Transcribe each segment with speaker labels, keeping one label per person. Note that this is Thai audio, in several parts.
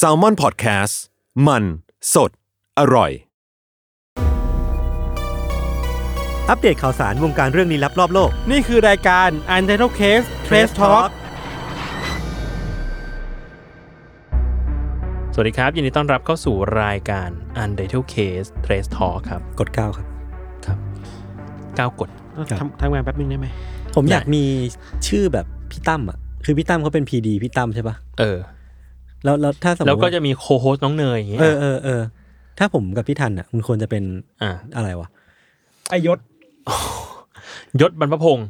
Speaker 1: s a l m o n PODCAST มัน สด อร่อย
Speaker 2: อัปเดตข่าวสารวงการเรื่องลี้ลับรอบโลก
Speaker 3: นี่คือรายการ u n t i t l e Case Trace Talk สวัสดีครับ ยินดีต้อนรับเข้าสู่รายการ u n t i t l e Case Trace Talk ครับ
Speaker 2: กดเก้าครับ
Speaker 3: ครับก้าวกด
Speaker 2: ครับ
Speaker 3: ทำทำงานแป๊บนึงได้ไหม
Speaker 2: ผมอยาก
Speaker 3: ได้
Speaker 2: มีชื่อแบบพี่ตั้มอ่ะ คือพี่ตั้มเขาเป็นพีดีพี่ตั้มใช่ปะ
Speaker 3: เออ
Speaker 2: แล้วแล้วถ้าสมมติ
Speaker 3: แล้วก็
Speaker 2: า
Speaker 3: จะมีโคโฮสน้องเนยอย่างเงี้ย
Speaker 2: เออเออเออ ถ้าผมกับพี่ทันอ่ะ มันควรจะเป็น
Speaker 3: อ่ะ
Speaker 2: อะไรวะ
Speaker 3: ยศบรรพพงศ์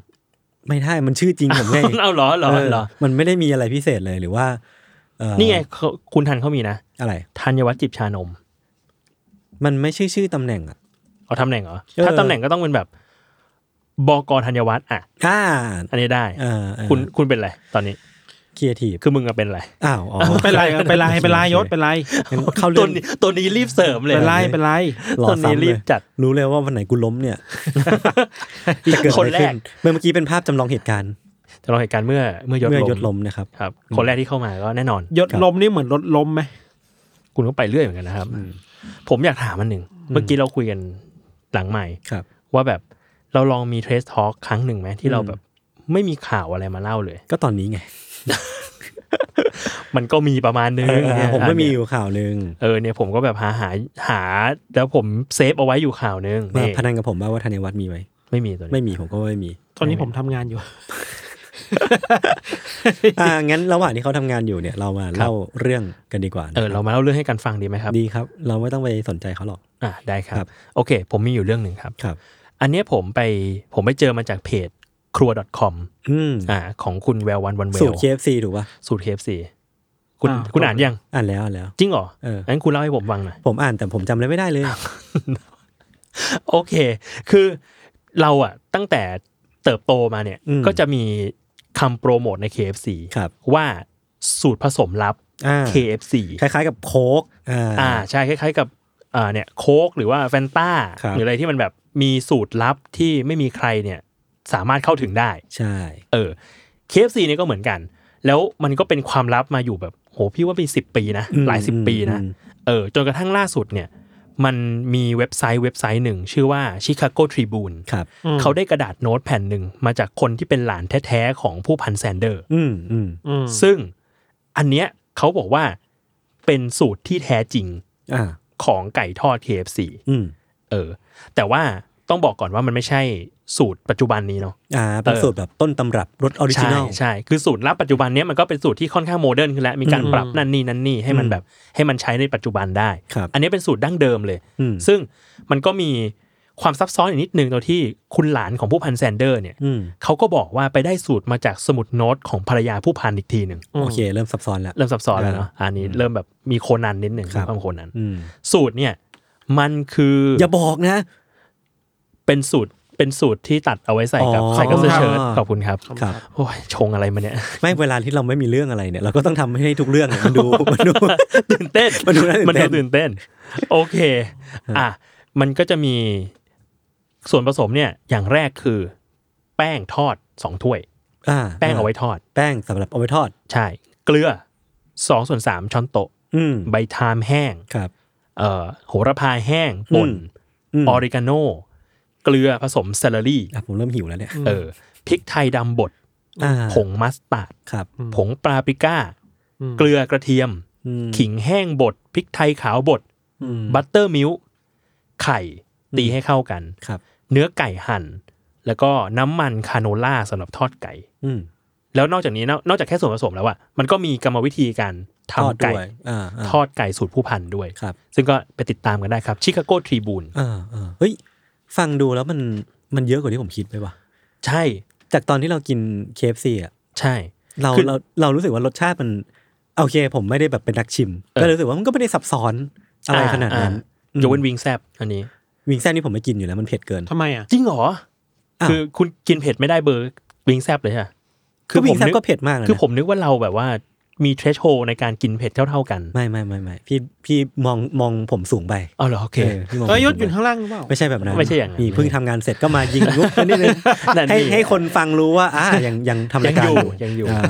Speaker 2: ไม่ได้มันชื่อจริงผมไง
Speaker 3: เอาเหรอเหรอ
Speaker 2: เออ
Speaker 3: เหรอ
Speaker 2: มันไม่ได้มีอะไรพิเศษเลยหรือว่าเอ่อ
Speaker 3: นี่ไงเขาคุณทันเขามีนะ
Speaker 2: อะไร
Speaker 3: ธัญวัฒน์จิบชานม
Speaker 2: มันไม่ใช่ชื่อตำแหน่งอ่ะ
Speaker 3: เอาตำแหน่งเหรอ
Speaker 2: เออ
Speaker 3: ถ้าตำแหน่งก็ต้องเป็นแบบบกธัญวัฒน์อ่ะ
Speaker 2: อ่า
Speaker 3: อันนี้ได้
Speaker 2: เออ
Speaker 3: คุณคุณเป็นอะไรตอนนี้
Speaker 2: ครีเอทีฟ
Speaker 3: คือมึงอะ เป็นอะไร
Speaker 2: อ้าวอ๋อ
Speaker 4: เป็นไรเป็นไรเป็นไรยศเป็นไร
Speaker 2: งั้นเข้า
Speaker 3: ตั
Speaker 2: เรื่
Speaker 3: ว
Speaker 2: อง
Speaker 3: นี้ตัวนี้รีบเสริมเลย
Speaker 4: เป็นไรเป็นไร
Speaker 2: หล่อ
Speaker 3: ตัวนี้
Speaker 2: ซ้ำเล
Speaker 3: รี
Speaker 2: ย
Speaker 3: บจัด
Speaker 2: รู้เลยว่าวันไหนกูล้ม เนี่ย จะเกิด
Speaker 3: ค
Speaker 2: อะ
Speaker 3: น
Speaker 2: ไร
Speaker 3: แร
Speaker 2: ขึ้
Speaker 3: ก
Speaker 2: นเมื่อเมื่อกี้เป็นภาพจำลองเหตุการณ์
Speaker 3: จำลองเหตุการณ์เมื่อเมื่อยศ
Speaker 2: เมื่อ
Speaker 3: ลม
Speaker 2: ยศลมนะครับ
Speaker 3: ครับ คนแรกที่เข้ามาก็แน่นอน
Speaker 4: ยศลมนี่เหมือนรถลมไหม
Speaker 3: คุณก็ไปเรื่อยเหมือนกันนะครับ ผมอยากถามอันหนึ่ง เมื่อกี้เราคุยกันหลังใหม่
Speaker 2: ครับ
Speaker 3: ว่าแบบเราลองมีเทสทอ l k ครั้งหนึ่งไหมที่เรา
Speaker 2: อืม
Speaker 3: แบบไม่มีข่าวอะไรมาเล่าเลย
Speaker 2: ก็ตอนนี้ไง
Speaker 3: มันก็มีประมาณนึง
Speaker 2: เออ
Speaker 3: เนี่ย
Speaker 2: ผมก็มีอ
Speaker 3: เนี่ย
Speaker 2: ยู่ข่าวหนึ่ง
Speaker 3: เออเนี่ยผมก็แบบหาหาหา แล้วผมเซฟเอาไว้อยู่ข่าวนึง
Speaker 2: มา
Speaker 3: นี่
Speaker 2: พนันกับผมว่าว่าธัญวัฒน์มีไหม
Speaker 3: ไม่มีตัวนี้
Speaker 2: ไม่มีผมก็ไม่มี
Speaker 4: ตอนนี้ผมทำงานอยู่
Speaker 2: อ่างั้นระหว่างที่เขาทำงานอยู่เนี่ย เรามาเล่าเรื่องกันดีกว่านะ
Speaker 3: เออเรามาเล่าเรื่องให้กันฟังดีไหมครับ
Speaker 2: ดีครับ เราไม่ต้องไปสนใจเขาหรอก
Speaker 3: อ่ะได้ครั
Speaker 2: ครับ บ
Speaker 3: โอเค ผมมีอยู่เรื่องหนึ่งครับ
Speaker 2: ครับ
Speaker 3: อันเนี้ยผมไปผมไปเจอมาจากเพจครัว .com
Speaker 2: อืม
Speaker 3: อ่าของคุณแวววันวันเวล
Speaker 2: สูตร KFC ถูกป่ะ
Speaker 3: สูตรเคฟซีคุณ
Speaker 4: อ่า
Speaker 3: คุณอ่านยัง
Speaker 2: อ่านแล้วอ่านแล้ว
Speaker 3: จริงเหรอ
Speaker 2: เออ
Speaker 3: งั้นคุณเล่าให้ผมฟังหน่อย
Speaker 2: ผมอ่านแต่ผมจำอะไรไม่ได้เลย
Speaker 3: โอเค คือเราอะตั้งแต่เติบโตมาเนี่ย
Speaker 2: อืม
Speaker 3: ก็จะมีคำโปรโมทใน KFC
Speaker 2: ครับ
Speaker 3: ว่าสูตรผสมลับ
Speaker 2: อ่า
Speaker 3: KFC
Speaker 2: คล้ายๆกับโค้กอ่า
Speaker 3: อ่าใช่คล้ายๆกับอ่าเนี่ยโค้กหรือว่าแฟนตา
Speaker 2: ครับ
Speaker 3: หรืออะไรที่มันแบบมีสูตรลับที่ไม่มีใครเนี่ยสามารถเข้าถึงได้
Speaker 2: ใช่
Speaker 3: เออ KFC เนี่ยก็เหมือนกัน แล้วมันก็เป็นความลับมาอยู่แบบโหพี่ว่าเป็นสิบปีนะ
Speaker 2: อืม
Speaker 3: หลายสิบปีนะ
Speaker 2: อืม
Speaker 3: เออ จนกระทั่งล่าสุดเนี่ย มันมีเว็บไซต์เว็บไซต์หนึ่ง ชื่อว่า Chicago Tribune
Speaker 2: ครับ
Speaker 3: เขาได้กระดาษโน้ตแผ่นหนึ่งมาจากคนที่เป็นหลานแท้ๆ ของผู้พันแซนเดอร์
Speaker 2: อืมอืม
Speaker 4: อืม
Speaker 3: ซึ่งอันเนี้ยเขาบอกว่าเป็นสูตรที่แท้จริง
Speaker 2: อ่า
Speaker 3: ของไก่ทอด KFC
Speaker 2: อืม
Speaker 3: เออ แต่ว่าต้องบอกก่อนว่ามันไม่ใช่สูตรปัจจุบันนี้เนาะ
Speaker 2: อ่าเป็นสูตรแบบต้นตำรับรสออริจินอล
Speaker 3: ใช่ใช่ คือสูตรลับปัจจุบันเนี้ยมันก็เป็นสูตรที่ค่อนข้างโมเดิร์นขึ้นแล้ว มีการปรับนั่นนี่นั่นนี่ให้มัน
Speaker 2: อืม
Speaker 3: แบบให้มันใช้ในปัจจุบันได้
Speaker 2: ครับ
Speaker 3: อันนี้เป็นสูตรดั้งเดิมเลย
Speaker 2: อืม
Speaker 3: ซึ่งมันก็มีความซับซ้อนอยู่นิดนึงตรงที่คุณหลานของผู้พันแซนเดอร์เนี่ย
Speaker 2: อืม
Speaker 3: เขาก็บอกว่าไปได้สูตรมาจากสมุดโน้ตของภรรยาผู้พันอีกทีหนึ่ง
Speaker 2: โอเค เริ่มซับซ้อนแล้ว
Speaker 3: เริ่มซับซ้อนแล้วเนาะอันนี้เริ่มแบบมีโคนันนิดหนึ่ง
Speaker 2: ครับ
Speaker 3: ความโคนัน
Speaker 2: อืม
Speaker 3: สูตรเนี่ยมันคืออย่
Speaker 2: อาบอกนะ
Speaker 3: เป็นสูตรเป็นสูตรที่ตัดเอาไว้ใส่กับ
Speaker 2: อ๋อ
Speaker 3: ใส่กับเสื้อเชิ้ต
Speaker 2: ครับ
Speaker 3: ขอบคุณครับ
Speaker 2: ครับ
Speaker 3: โอ้ยชงอะไรมาเนี่ย
Speaker 2: ไม่เวลาที่เราไม่มีเรื่องอะไรเนี่ย เราก็ต้องทำให้ทุกเรื่องเนี่ย มันดู มันดู
Speaker 3: ตื่นเต้น
Speaker 2: มันดูน่าตื่นเต้น
Speaker 3: มันดูตื่นเต้น โอเค อ่ะ มันก็จะมีส่วนผสมเนี่ย อย่างแรกคือ แป้งทอดสองถ้วย
Speaker 2: อ่า
Speaker 3: แป้งเอาไว้ทอด
Speaker 2: แป้งสำหรับเอาไว้ทอด
Speaker 3: ใช่ เกลือสองส่วนสามช้อนโต๊ะ
Speaker 2: อืม
Speaker 3: ใบทามแห้ง
Speaker 2: ครับ
Speaker 3: เอ่อ โหระพาแห้งป่น
Speaker 2: อืม
Speaker 3: ออริกาโน เกลือผสมเซลลารี่
Speaker 2: อ่ะผมเริ่มหิวแล้วเนี่ย
Speaker 3: เออ พริกไทยดำบด
Speaker 2: อ่า
Speaker 3: ผงมัสตาร์ด
Speaker 2: ครับ
Speaker 3: ผงปาปริก้า เกลือกระเทียม
Speaker 2: อืม
Speaker 3: ขิงแห้งบด พริกไทยขาวบด บัตเตอร์มิลค์ไข่ตีให้เข้ากัน
Speaker 2: ครับ
Speaker 3: เนื้อไก่หั่น แล้วก็น้ำมันคาโนล่าสำหรับทอดไก่
Speaker 2: อืม
Speaker 3: แล้วนอกจากนี้นอกนอกจากแค่ส่วนผสมแล้วอะมันก็มีกรรมวิธีการ
Speaker 2: ทอดด้
Speaker 3: ทำไก่
Speaker 2: วยอ่าา
Speaker 3: ทอดไก่สูตรผู้พันด้วย
Speaker 2: ครับ
Speaker 3: ซึ่งก็ไปติดตามกันได้ครับชิคาโกทรีบูน
Speaker 2: อ่าอ่าเฮ้ย ฟังดูแล้วมันมันเยอะกว่าที่ผมคิดไปว่ะ
Speaker 3: ใช่
Speaker 2: จากตอนที่เรากิน KFC อ่ะ
Speaker 3: ใช่
Speaker 2: เรา
Speaker 3: คือ
Speaker 2: เราเรารู้สึกว่ารสชาติมัน โอเค ผมไม่ได้แบบเป็นนักชิม
Speaker 3: เออ
Speaker 2: ก็เลยรู้สึกว่ามันก็ไม่ได้ซับซ้อนอะไรขนาดนั้นอื
Speaker 3: อ่ายกเว้นวิงแซบอันนี้
Speaker 2: มวิงแซ่บนี่ผมไม่กินอยู่แล้วมันเผ็ดเกิน
Speaker 4: ทำไมอ่ะ
Speaker 3: จริงเหรอ
Speaker 2: อ้าว
Speaker 3: คือคุณกินเผ็ดไม่ได้เบอร์วิงแซบเลยใช่ไหม
Speaker 2: คือวิงแซ่บ
Speaker 3: นึ
Speaker 2: ก็เผ็ดมากนะ
Speaker 3: คือผมนึกว่าเราแบบว่ามีเทรชโฮในการกินเผ็ดเท่าๆกัน
Speaker 2: ไม่ไม่ไม่ไม่พี่พี่มองมองผมสูงไป
Speaker 3: อ๋อเหรอโอเค
Speaker 2: เออพี่มองผม
Speaker 4: เอ้ยยศ
Speaker 2: สูง
Speaker 4: อ
Speaker 2: ไป
Speaker 4: ยู่ข้างล่างหรือเปล่า
Speaker 2: ไม่ใช่แบบนั้น
Speaker 3: ไม่ใช่อย่างนั้น
Speaker 2: นี่เพิ่งทำงานเสร็จก็มายิงลุกกันนิดนึง
Speaker 3: นั่นนี่
Speaker 2: ให้ให้คนฟังรู้ว่าอ่ายังยังทำรายการ
Speaker 3: ยังอยู่ยังอยู่
Speaker 2: า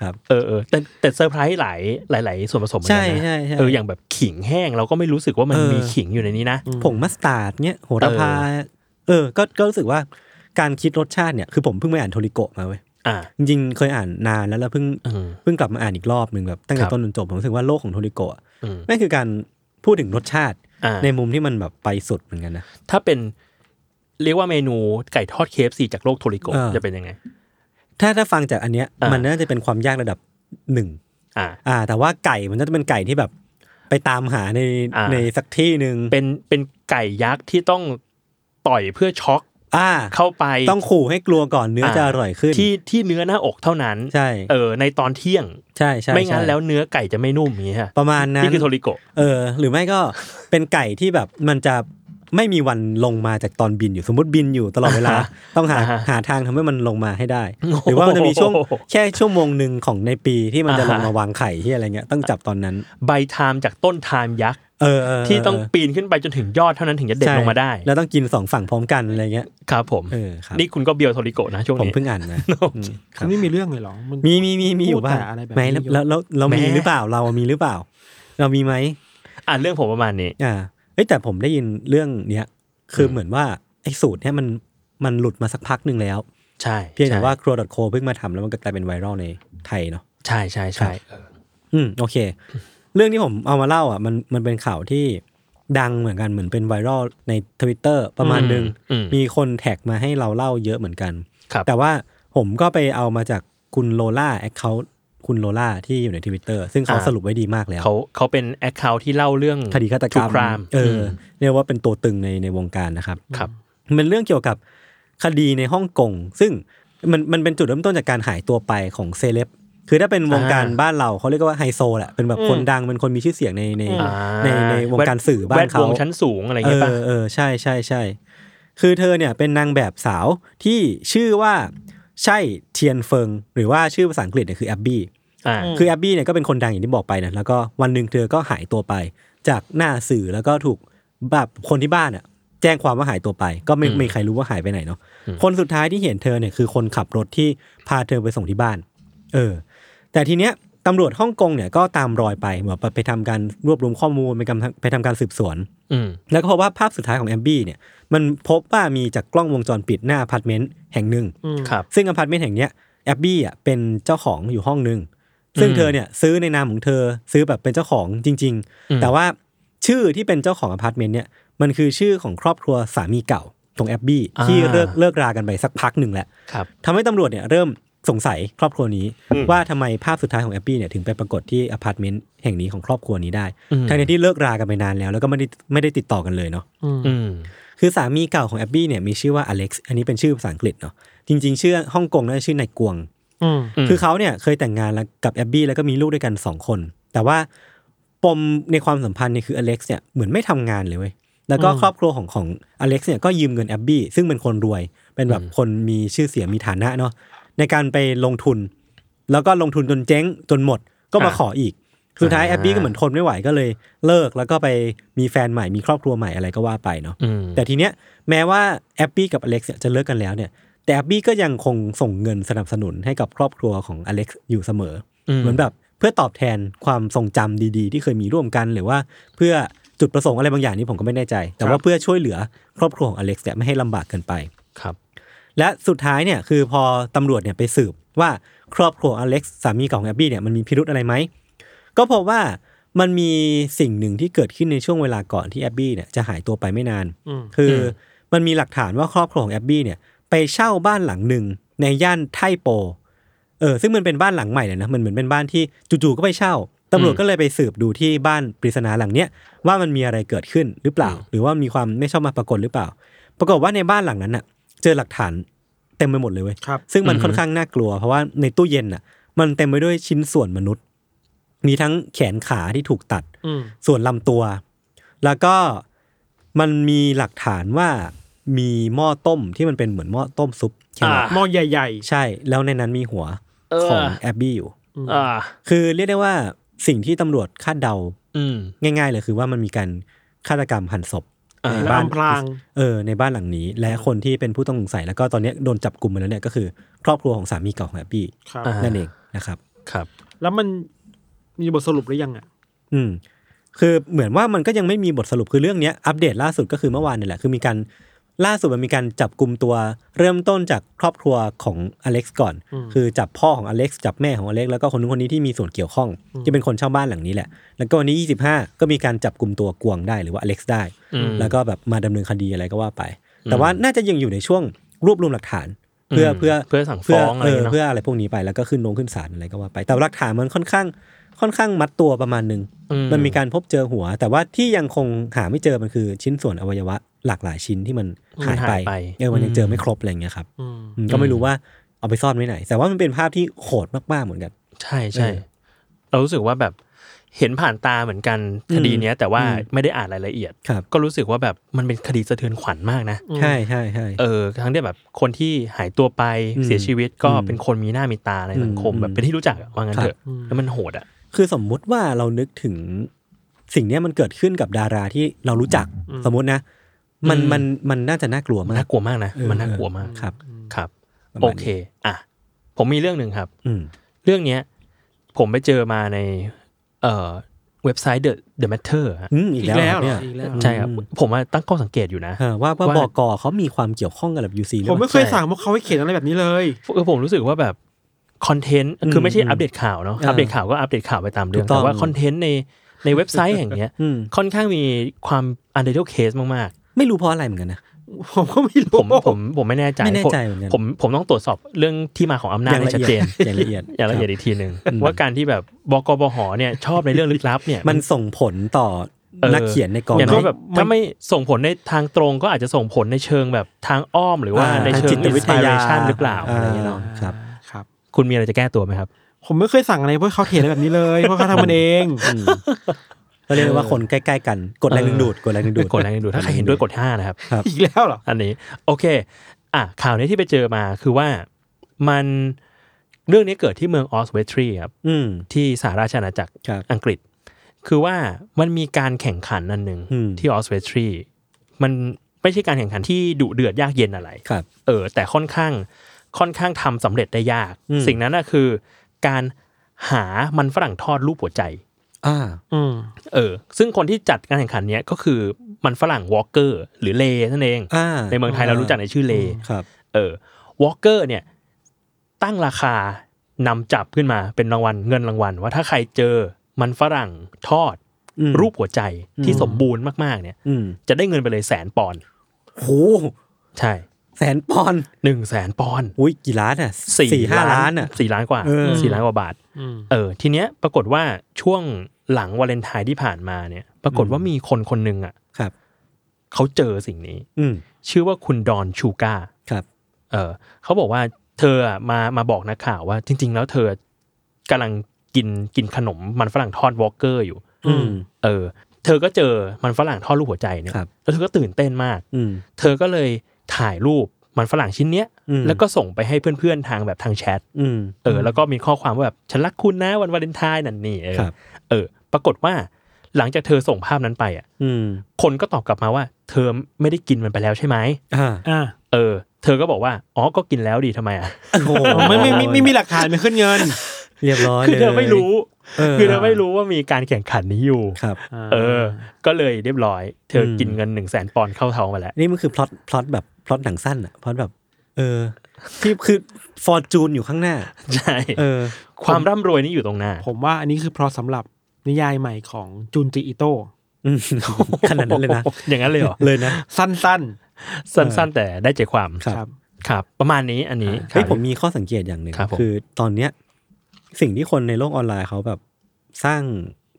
Speaker 2: ครับ
Speaker 3: เออเออแต่แต่เซอร์ไพรส์หลายหลาย ๆ ส่วนผสมเหมือนกันนะ
Speaker 2: ใช่ใช่ใช่
Speaker 3: เอออย่างแบบขิงแห้งเราก็ไม่รู้สึกว่ามัน
Speaker 2: เออ
Speaker 3: มีขิงอยู่ในนี้นะ
Speaker 2: ผงมัสตาร์ดเนี่ยโหระพา เออ ก็ก็รู้สึกว่าการคิดรสชาติเนี่ยคือผมเพิ่งไปอ่านโทริโกะมาเว้ย
Speaker 3: อ่า
Speaker 2: จริงๆ เคยอ่านนานแล้วแล้วเพิ่ง
Speaker 3: อืม
Speaker 2: เพิ่งกลับมาอ่านอีกรอบหนึ่งแบบตั้งแต่
Speaker 3: ครับ
Speaker 2: ต้นจนจบผมรู้สึกว่าโลกของโทริโกะ
Speaker 3: อืม
Speaker 2: นั่นคือการพูดถึงรสชาติ
Speaker 3: อ่า
Speaker 2: ในมุมที่มันแบบไปสุดเหมือนกันนะ
Speaker 3: ถ้าเป็นเรียกว่าเมนูไก่ทอดเคฟซีจากโลกโทริโกะ
Speaker 2: เออ
Speaker 3: จะเป็นยังไง
Speaker 2: ถ้าถ้าฟังจากอันเนี้ย
Speaker 3: อ่ามั
Speaker 2: มันน่าจะเป็นความยากระดับหนึ่ง
Speaker 3: อ่า
Speaker 2: อ่า แต่ว่าไก่มันน่าจะเป็นไก่ที่แบบไปตามหาใน
Speaker 3: อ่า
Speaker 2: ในสักที่หนึ่ง
Speaker 3: เป็นเป็นไก่ยักษ์ที่ต้องต่อยเพื่อช็อก
Speaker 2: อ่า
Speaker 3: เข้าไป
Speaker 2: ต้องขู่ให้กลัวก่อนเนื้อจะอร่อยขึ้น
Speaker 3: ที่ที่เนื้อหน้าอกเท่านั้น
Speaker 2: ใช่
Speaker 3: เออ ในตอนเที่ยง
Speaker 2: ใช่ใช่
Speaker 3: ไม่งั้น
Speaker 2: ใช่
Speaker 3: แล้วเนื้อไก่จะไม่นุ่มอย่างนี้ฮะ
Speaker 2: ประมาณนั้น
Speaker 3: นี่คือโทริโกะ
Speaker 2: เออหรือไม่ก็ เป็นไก่ที่แบบมันจะไม่มีวันลงมาจากตอนบินอยู่สมมติบินอยู่ตลอดเวล า ต้องหา
Speaker 3: อ่าฮะ
Speaker 2: หาทางทำให้มันลงมาให้ได้
Speaker 3: โอ้โห
Speaker 2: หรือว่ามันจะมีช่วงแค่ชั่วโมงหนึ่งของในปีที่มันจะลงมาวางไข่ที่อะไรเงี้ยต้องจับตอนนั้น
Speaker 3: ใบไทม์จากต้นไทม์ยักษ์
Speaker 2: เออเเ
Speaker 3: ที่ต้องปีนขึ้นไปจนถึงยอดเท่านั้นถึงจะเด็ด
Speaker 2: ใช่
Speaker 3: ลงมาได้
Speaker 2: แล้วต้องกินสองฝั่งพร้อมกันอะไรเงี้ย
Speaker 3: ครับผม
Speaker 2: เออครับ
Speaker 3: นี่คุณก็เบียวโทริโกะนะช่วง
Speaker 2: ผม
Speaker 3: นี้
Speaker 2: เพิ่งอ่านมา
Speaker 3: โอเค
Speaker 2: อืมค
Speaker 4: คุ
Speaker 2: รั
Speaker 4: ณ
Speaker 2: บ
Speaker 4: ไม่มีเรื่องเลยเหรอมัน
Speaker 2: มีมีมีมีอยู่บ้าง
Speaker 4: พูดแต่อะไรแบบ
Speaker 2: ไหม
Speaker 4: นี้
Speaker 2: แล้วแล้วแล้วเรามี
Speaker 3: แม้
Speaker 2: หรือเปล่าเรามีหรือเปล่า เรามีไหม
Speaker 3: อ่านเรื่องผมประมาณนี้
Speaker 2: อ่าเอ้ยแต่ผมได้ยินเรื่องเนี้ยคือเหมือนว่าไอ้สูตรเนี้ยมันมันหลุดมาสักพักหนึ่งแล้ว
Speaker 3: ใช่
Speaker 2: เพียงแต่
Speaker 3: ใช่
Speaker 2: ว่า Crow.co เพิ่งมาทำแล้วมันก็กลายเป็นไวรัลในไทยเนาะ
Speaker 3: ใช่ใช่ใช่
Speaker 2: อืมโอเค เรื่องที่ผมเอามาเล่าอ่ะมันมันเป็นข่าวที่ดังเหมือนกันเหมือนเป็นไวรัลในทวิตเตอร์ประมาณหนึ่ง
Speaker 3: อืม
Speaker 2: มีคนแท็กมาให้เราเล่าเยอะเหมือนกัน
Speaker 3: ครับ
Speaker 2: แต่ว่าผมก็ไปเอามาจากคุณโลล่าแอคเคาท์คุณโลล่าที่อยู่ในทวิตเตอร์ซึ่งเขาสรุปไว้ดีมากแล้ว
Speaker 3: เขาเขาเป็นแอคเคาท์ที่เล่าเรื่อง
Speaker 2: คดีฆาตกรรม
Speaker 3: คราม
Speaker 2: เอออเรียกว่าเป็นตัวตึงในในวงการนะครับ
Speaker 3: ครับ
Speaker 2: มันเป็นเรื่องเกี่ยวกับคดีในฮ่องกงซึ่งมันมันเป็นจุดเริ่มต้นจากการหายตัวไปของเซเลบคือถ้าเป็นวงการ
Speaker 3: อ่า
Speaker 2: บ้านเราเขาเรียกว่าไฮโซแหละเป็นแบบคนดังเป็นคนมีชื่อเสียงในใน
Speaker 3: อ่า
Speaker 2: ในในวงการสื่อบ้า
Speaker 3: แวน ดว
Speaker 2: เขา
Speaker 3: งชั้นสูงอะไรอย่าง
Speaker 2: เอ
Speaker 3: เงี้ยป่ะ
Speaker 2: อเออใช่ใช่ใช่คือเธอเนี่ยเป็นนางแบบสาวที่ชื่อว่าใช่เทียนเฟิง หรือว่าชื่อภาษาอังกฤษเนี่ยคือแอบบี้
Speaker 3: อ่า
Speaker 4: อืม
Speaker 2: คือแอบบี้เนี่ยก็เป็นคนดังอย่างที่บอกไปนะแล้วก็วันหนึ่งเธอก็หายตัวไป จากหน้าสื่อแล้วก็ถูกแบบคนที่บ้านอะแจ้งความว่าหายตัวไป ก็ไม่
Speaker 3: อืม
Speaker 2: ไม่มีใครรู้ว่าหายไปไหนเนาะ
Speaker 3: อืม
Speaker 2: คนสุดท้ายที่เห็นเธอเนี่ยคือคนขับรถที่พาเธอไปส่งที่บ้าน เออ แต่ทีเนี้ยตำรวจฮ่องกงเนี่ยก็ตามรอยไปเหมือนไปทำการรวบรวมข้อมูลไปทำไปทำการสืบสวน
Speaker 3: อืม
Speaker 2: แล้วก็พบว่าภาพสุดท้ายของแอมบี้เนี่ยมันพบว่ามีจากกล้องวงจรปิดหน้าอพาร์ตเมนต์แห่งหนึ่ง
Speaker 4: อืม
Speaker 3: ครับ
Speaker 2: ซึ่งอพาร์ตเมนต์แห่งเนี้ยแอบบี้อ่ะเป็นเจ้าของอยู่ห้องหนึ่งซึ่ง
Speaker 3: อืม
Speaker 2: เธอเนี่ยซื้อในนามของเธอซื้อแบบเป็นเจ้าของจริง
Speaker 3: อืม
Speaker 2: ๆ แต่ว่าชื่อที่เป็นเจ้าของอพาร์ตเมนต์เนี่ยมันคือชื่อของครอบครัวสามีเก่าของแอบบี้ที่เลิกเลิกรากันไปสักพักหนึ่งแหละ
Speaker 3: ครับ
Speaker 2: ทำให้ตำรวจเนี่ยเริ่มสงสัยครอบครัวนี้
Speaker 3: อืม
Speaker 2: ว่าทำไมภาพสุดท้ายของแอบบี้เนี่ยถึงไปปรากฏที่อพาร์ตเมนต์แห่งนี้ของครอบครัวนี้ได้
Speaker 3: อืม
Speaker 2: ทั้งๆที่เลิกรากันไปนานแล้ว แล้วก็ไม่ได้ไม่ได้ติดต่อกันเลยเนาะ
Speaker 4: อืม
Speaker 3: อืม
Speaker 2: คือสามีเก่าของแอบบี้เนี่ยมีชื่อว่าอเล็กซ์ อันนี้เป็นชื่อภาษาอังกฤษเนาะ จริง ๆ ชื่อฮ่องกงน่าจะชื่อนายกวง
Speaker 4: อืม
Speaker 3: อืม
Speaker 2: คือเขาเนี่ยเคยแต่งงานแล้วกับแอบบี้แล้วก็มีลูกด้วยกัน 2 คน แต่ว่าปมในความสัมพันธ์เนี่ยคืออเล็กซ์เนี่ยเหมือนไม่ทำงานเลยเว้ย แล้วก็ครอบครัวของของอเล็กซ์เนี่ยก็ยืมเงินแอบบี้ซึ่งเป็นคนรวย เป็นแบบคนมีชื่อเสียงมีฐานะเนาะในการไปลงทุน แล้วก็ลงทุนจนเจ๊งจนหมดก็มา
Speaker 3: อ่า
Speaker 2: ขออีก สุดท้าย
Speaker 3: อ่า
Speaker 2: แอบบี้ก็เหมือนทนไม่ไหวก็เลยเลิกแล้วก็ไปมีแฟนใหม่มีครอบครัวใหม่อะไรก็ว่าไปเนาะ
Speaker 3: อืม
Speaker 2: แต่ทีเนี้ยแม้ว่าแอบบี้กับอเล็กซ์เนี่ยจะเลิกกันแล้วเนี่ย แต่แอบบี้ก็ยังคงส่งเงินสนับสนุนให้กับครอบครัวของอเล็กซ์อยู่เสมออ
Speaker 3: ม
Speaker 2: เหมือนแบบเพื่อตอบแทนความทรงจำดีๆ ที่เคยมีร่วมกัน หรือว่าเพื่อจุดประสงค์อะไรบางอย่างนี้ผมก็ไม่แน่ใจ แต่ว่าเพื่อช่วยเหลือครอบครัวของอเล็กซ์เนี่ยไม่ให้ลำบากเกินไป
Speaker 3: ครับ
Speaker 2: และสุดท้ายเนี่ยคือพอตำรวจเนี่ยไปสืบว่าครอบครัวอเล็กซ์สามีของแอบบี้เนี่ยมันมีพิรุธอะไรไหม ก็พบว่ามันมีสิ่งหนึ่งที่เกิดขึ้นในช่วงเวลาก่อนที่แอบบี้เนี่ยจะหายตัวไปไม่นาน
Speaker 4: อืม
Speaker 2: คืออ
Speaker 3: ม
Speaker 2: มันมีหลักฐานว่าครอบครัวของแอบบี้เนี่ยไปเช่าบ้านหลังหนึ่งในย่านไทโป เออซึ่งมันเป็นบ้านหลังใหม่เลยนะมันเหมือนเป็นบ้านที่จู่ๆก็ไปเช่าตำรวจก็เลยไปสืบดูที่บ้านปริศนาหลังเนี้ยว่ามันมีอะไรเกิดขึ้นหรือเปล่า หรือว่ามีความไม่ชอบมาปรากฏหรือเปล่า ปรากฏว่าในบ้านหลังนั้นน่ะ เจอหลักฐานเต็มไปหมดเลยเว้ย
Speaker 4: ครับ
Speaker 2: ซึ่งมัน
Speaker 3: อือฮึ
Speaker 2: ค่อนข้างน่ากลัว เพราะว่าในตู้เย็นน่ะ มันเต็มไปด้วยชิ้นส่วนมนุษย์ มีทั้งแขนขาที่ถูกตัด
Speaker 4: อืม
Speaker 2: ส่วนลำตัว แล้วก็มันมีหลักฐานว่ามีหม้อต้มที่มันเป็นเหมือนหม้อต้มซุปแค่นั้น
Speaker 3: อ่า
Speaker 4: หม้อใหญ่
Speaker 2: ใช่ แล้วในนั้นมีหัว
Speaker 3: เออ
Speaker 2: ของแอบบี้อยู่
Speaker 3: อ่า
Speaker 2: คือเรียกได้ว่าสิ่งที่ตำรวจคาดเดา
Speaker 3: อืม
Speaker 2: ง่าย ๆ เลยคือว่ามันมีการฆาตกรรมหั่นศพ
Speaker 3: อ่า
Speaker 2: ใน
Speaker 4: และ
Speaker 2: บ้าน
Speaker 4: อำพราง
Speaker 2: เออในบ้านหลังนี้ และคนที่เป็นผู้ต้องสงสัยแล้วก็ตอนเนี้ยโดนจับกลุ่มไปแล้วเนี่ยก็คือ ครอบครัวของสามีเก่าของแอบบี้
Speaker 4: ๆ ครับ
Speaker 3: อ่า
Speaker 2: นั่นเองนะครับ
Speaker 3: ครับ
Speaker 4: แล้วมันมีบทสรุปหรือยังอ่ะ
Speaker 2: อืมคือเหมือนว่ามันก็ยังไม่มีบทสรุปคือเรื่องเนี้ยอัปเดตล่าสุดก็คือเมื่อวานนี่แหละคือมีการล่าสุดมันมีการจับกลุ่มตัวเริ่มต้นจากครอบครัวของอเล็กซ์ก่อน
Speaker 4: อืม
Speaker 2: คือจับพ่อของอเล็กซ์จับแม่ของอเล็กซ์แล้วก็คนนู้นคนนี้ที่มีส่วนเกี่ยวข้องที่เป็นคนเช่าบ้านหลังนี้แหละ แล้วก็วันนี้ 25 ก็มีการจับกลุ่มตัวกวงได้หรือว่าอเล็กซ์ได้
Speaker 3: อืม
Speaker 2: แล้วก็แบบมาดำเนินคดีอะไรก็ว่าไป แต่ว่าน่าจะยังอยู่ในช่วงรวบรวมหลักฐาน เพื่อ
Speaker 3: อืม
Speaker 2: เพื่อ
Speaker 3: เพื่อสั่ง
Speaker 2: เพื่อ
Speaker 3: ฟ้องอะไร
Speaker 2: เอ
Speaker 3: อ
Speaker 2: อ
Speaker 3: ย่างเงี้ยเน
Speaker 2: เพื่
Speaker 3: อะ
Speaker 2: ออะไรพวกนี้ไปแล้วก็ขึ้นลงขึ้นศาลอะไรก็ว่าไป แต่หลักฐานมันค่อนข้างค่อนข้างมัดตัวประมาณหนึ่งมันมีการพบเจอหัว แต่ว่าที่ยังคงหาไม่เจอมันคือชิ้นส่วนอวัยวะหลากหลายชิ้นที่มันหายไป
Speaker 3: มันหายไป
Speaker 2: เออมันยัง
Speaker 3: อืม
Speaker 2: เจอไม่ครบอะไรอย่างเงี้ยครับ
Speaker 4: อืม
Speaker 2: อืมก็ไม่รู้ว่าเอาไปซ่อนไว้ไหน แต่ว่ามันเป็นภาพที่โหดมากๆเหมือนกัน
Speaker 3: ใช่ใช่
Speaker 2: เออ
Speaker 3: เรารู้สึกว่าแบบเห็นผ่านตาเหมือนกันคดีเนี้ย แต่ว่า
Speaker 2: อืม
Speaker 3: ไม่ได้อ่านรายละเอียด
Speaker 2: ครับ
Speaker 3: ก็รู้สึกว่าแบบมันเป็นคดีสะเทือนขวัญมากนะ
Speaker 2: ใช่ใช่ใช่
Speaker 3: เออทั้งที่แบบคนที่หายตัวไป
Speaker 2: อืม
Speaker 3: เสียชีวิตก็
Speaker 2: อืม
Speaker 3: เป็นคนมีหน้ามีตาในสังคม
Speaker 2: อืม
Speaker 3: แบบเป็นที่รู้จักอะว่างั้น
Speaker 2: ครับ
Speaker 3: เถอะแล้วมันโหดอ่ะ
Speaker 2: คือสมมุติว่าเรานึกถึงสิ่งเนี้ยมันเกิดขึ้นกับดาราที่เรารู้จัก
Speaker 4: อืม
Speaker 2: สมมตินะ มัน
Speaker 3: อืม
Speaker 2: มันมันน่าจะน่ากลัว
Speaker 3: มัน
Speaker 2: มาก
Speaker 3: น่ากลัวมากนะ
Speaker 2: เออ
Speaker 3: มันน่ากลัวมาก
Speaker 2: เออครับ
Speaker 3: ครับ
Speaker 2: ประ
Speaker 3: โอ
Speaker 2: มาณนี้
Speaker 3: เคอ่ะผมมีเรื่องหนึ่งครับ
Speaker 2: อืม
Speaker 3: เรื่องเนี้ย ผมไปเจอมาในเอ่อเว็บไซต์ The The Matter ฮะ
Speaker 2: อืมอีกแล้วเหรอเนี่ย
Speaker 4: อีกแล้ว
Speaker 3: ใช่ครับ
Speaker 2: อืม
Speaker 3: ผมว่าตั้งข้อสังเกตอยู่นะ
Speaker 2: เออว่าว่า
Speaker 3: ว่า
Speaker 2: บกเขามีความเกี่ยวข้องกับแบบ UC หรื
Speaker 4: ผ
Speaker 2: อ
Speaker 4: ม
Speaker 2: เป
Speaker 4: ไม่
Speaker 2: ล่า
Speaker 4: เคยสั่งพวกเขาให้เขียนอะไรแบบนี้เลย
Speaker 3: เออผมรู้สึกว่าแบบคอนเทนต์คือ
Speaker 2: ม
Speaker 3: ไม่ใช่อัปเดตข่าวเนาะ
Speaker 2: อ่า
Speaker 3: อัปเดตข่าวก็อัปเดตข่าวไปตามเรื่อง
Speaker 2: ถูกต้อง
Speaker 3: แต่ว่าคอนเทนต์ในในเว็บไซต์แห่งเนี้ย
Speaker 2: อืม
Speaker 3: ค่อนข้างมีความอันเดอร์เคสมาก
Speaker 2: ไม่รู้เพราะอะไรเหมือนกันนะ
Speaker 4: ผมก็ไม่
Speaker 3: ๆ ผ
Speaker 4: รู้
Speaker 3: มผมผมไม่แน่ใจ
Speaker 2: ไม่แน่ใจ
Speaker 3: ผ
Speaker 2: เหมือนกัน
Speaker 3: ผมผมต้องตรวจสอบเรื่องที่มาของอำนาจให้ชัดเจน
Speaker 2: อย่างละเอียด
Speaker 3: อย่างละเอียด
Speaker 2: ค
Speaker 3: อีกทีหนึ่งว่าการที่แบบบกบหเนี่ยชอบในเรื่องลึกลับเนี่ย
Speaker 2: รับมันส่งผลต่อ
Speaker 3: เออ
Speaker 2: นักเขียนในกอง
Speaker 3: อย่าง
Speaker 2: น้
Speaker 3: น้
Speaker 2: อ
Speaker 3: อย ยแบบถ้าไม่ส่งผลในทางตรงก็อาจจะส่งผลในเชิงแบบทางอ้อมหรือว่า
Speaker 2: อ่า
Speaker 3: ในเชิ
Speaker 2: จิ
Speaker 3: ง
Speaker 2: ตวิทยา
Speaker 3: ชันหรือเปล่าอะไรอย่างเงี้ยเนาะ
Speaker 2: ครับ
Speaker 4: ครับ
Speaker 3: คุณมีอะไรจะแก้ตัวไหมครับ
Speaker 4: ผมไม่เคยสั่งอะไรพวกเขาเขียนอะไรแบบนี้เลย เพราะเขาทำมันเอง
Speaker 2: ก็เรียกได้ว่าคนใกล้ๆกันกดแรงดึงดูดกดแรงดึงดูด
Speaker 3: กดแรงดึงดูดถ้าใครเห็นด้วยกดห้านะครับ
Speaker 4: อีกแล้วเหรอ
Speaker 3: อันนี้โอเค อ่ะข่าวนี้ที่ไปเจอมาคือว่ามันเรื่องนี้เกิดที่เมืองออสเวสทรีครับ
Speaker 2: อืม
Speaker 3: ที่สหราชอาณาจักร
Speaker 2: ครับ
Speaker 3: อังกฤษ คือว่ามันมีการแข่งขันอันหนึ่ง
Speaker 2: อืม
Speaker 3: ที่ออสเวสทรีมันไม่ใช่การแข่งขันที่ดุเดือดยากเย็นอะไร
Speaker 2: ครับ
Speaker 3: เออแต่ค่อนข้างค่อนข้างทำสำเร็จได้ยาก
Speaker 2: อืม
Speaker 3: สิ่งนั้นน่ะคือการหามันฝรั่งทอดรูปหัวใจ
Speaker 2: อ่า
Speaker 4: อืม
Speaker 3: เออ ซึ่งคนที่จัดการแข่งขันเนี้ยก็คือมันฝรั่งวอลเกอร์ หรือเลนั่นเอง
Speaker 2: อ่า
Speaker 3: ในเมืองไทยเรารู้จักในชื่อเล
Speaker 2: ครับ
Speaker 3: เออวอลเกอร์เนี่ยตั้งราคานำจับขึ้นมาเป็นรางวัลเงินรางวัล ว่าถ้าใครเจอมันฝรั่งทอด
Speaker 2: อืม
Speaker 3: รูปหัวใจที่สมบูรณ์มากๆเนี่ย
Speaker 2: อืม
Speaker 3: จะได้เงินไปเลยแสนปอนด์
Speaker 2: โห
Speaker 3: ใช่
Speaker 2: แสนปอนด์
Speaker 3: หนึ่งแสนปอนด์
Speaker 2: อุ้ยกี่ล้านอ่ะ
Speaker 3: สี่
Speaker 2: ห้าล้านอ่ะ
Speaker 3: สี่ล้านกว่า
Speaker 2: เออ
Speaker 3: สี่ล้านกว่าบาท
Speaker 4: อืม
Speaker 3: เออทีเนี้ยปรากฏว่าช่วงหลังวาเลนไทน์ที่ผ่านมาเนี่ย ปรากฏว่ามีคนคนหนึ่งอ่ะ
Speaker 2: ครับ
Speaker 3: เขาเจอสิ่งนี้
Speaker 2: อืม
Speaker 3: ชื่อว่าคุณดอนชูก้า
Speaker 2: ครับ
Speaker 3: เออเขาบอกว่าเธออะมามาบอกนักข่าวว่าจริง ๆ แล้วเธอกำลังกินกินขนมมันฝรั่งทอดวอลเกอร์อยู่
Speaker 2: อืม
Speaker 3: เออ เธอก็เจอมันฝรั่งทอดรูปหัวใจเนี่ย
Speaker 2: ครับ
Speaker 3: แล้วเธอก็ตื่นเต้นมาก
Speaker 2: อืม
Speaker 3: เธอก็เลยถ่ายรูปมันฝรั่งชิ้นเนี้ย
Speaker 2: อืม
Speaker 3: แล้วก็ส่งไปให้เพื่อนๆทางแบบทางแชท
Speaker 2: อืม
Speaker 3: เออแล้วก็มีข้อความว่าแบบฉันรักคุณนะวันวาเลนไทน์นั่นนี่เออ
Speaker 2: ครับ
Speaker 3: เออ ปรากฏว่าหลังจากเธอส่งภาพนั้นไปอ่ะ
Speaker 2: อืม
Speaker 3: คนก็ตอบกลับมาว่า เธอไม่ได้กินมันไปแล้วใช่ไหม
Speaker 2: อ่า
Speaker 4: อ่า
Speaker 3: เออ เธอก็บอกว่าอ๋อก็กินแล้วดีทำไมอ่ะ
Speaker 2: โอ้โห
Speaker 4: ไม่ไม่ไม่ไม่มีหลักฐานไม่ขึ้นเงิน
Speaker 2: เรียบร้อย
Speaker 3: คือเธอ
Speaker 2: ลย
Speaker 3: ไม่รู้
Speaker 2: เออ
Speaker 3: คือเธอไม่รู้ว่ามีการแข่งขันนี้อยู่
Speaker 2: ครับ
Speaker 3: เออ ก็เลยเรียบร้อย เธออ
Speaker 2: ม
Speaker 3: กินเงินหนึ่งแสนปอนด์เข้าท้องมาแล้ว
Speaker 2: นี่มันคือพล็อตพล็อตแบบพล็อตหนังสั้นอะพล็อตแบบ เออ ที่คือฟอร์จูนอยู่ข้างหน้า
Speaker 3: ใช่
Speaker 2: เออ
Speaker 3: ความร่ำรวยนี่อยู่ตรงหน้า
Speaker 4: ผมว่าอันนี้คือพลอตสำหรับนิยายใหม่ของจุนจิอิโต้
Speaker 2: อืม ขนาดนั้นเลยนะ
Speaker 3: อย่างนั้นเลยเหรอ
Speaker 2: เลยนะ
Speaker 4: สั้น
Speaker 3: สั้นๆ แต่ได้ใจความ
Speaker 4: ๆ
Speaker 2: ครับ
Speaker 3: ครับ ประมาณนี้อันนี้ครั
Speaker 2: เฮ้ย
Speaker 3: บ
Speaker 2: ผมมีข้อสังเกตอย่างหนึ่ง
Speaker 3: ครับผม
Speaker 2: คือตอนเนี้ย สิ่งที่คนในโลกออนไลน์เขาแบบสร้าง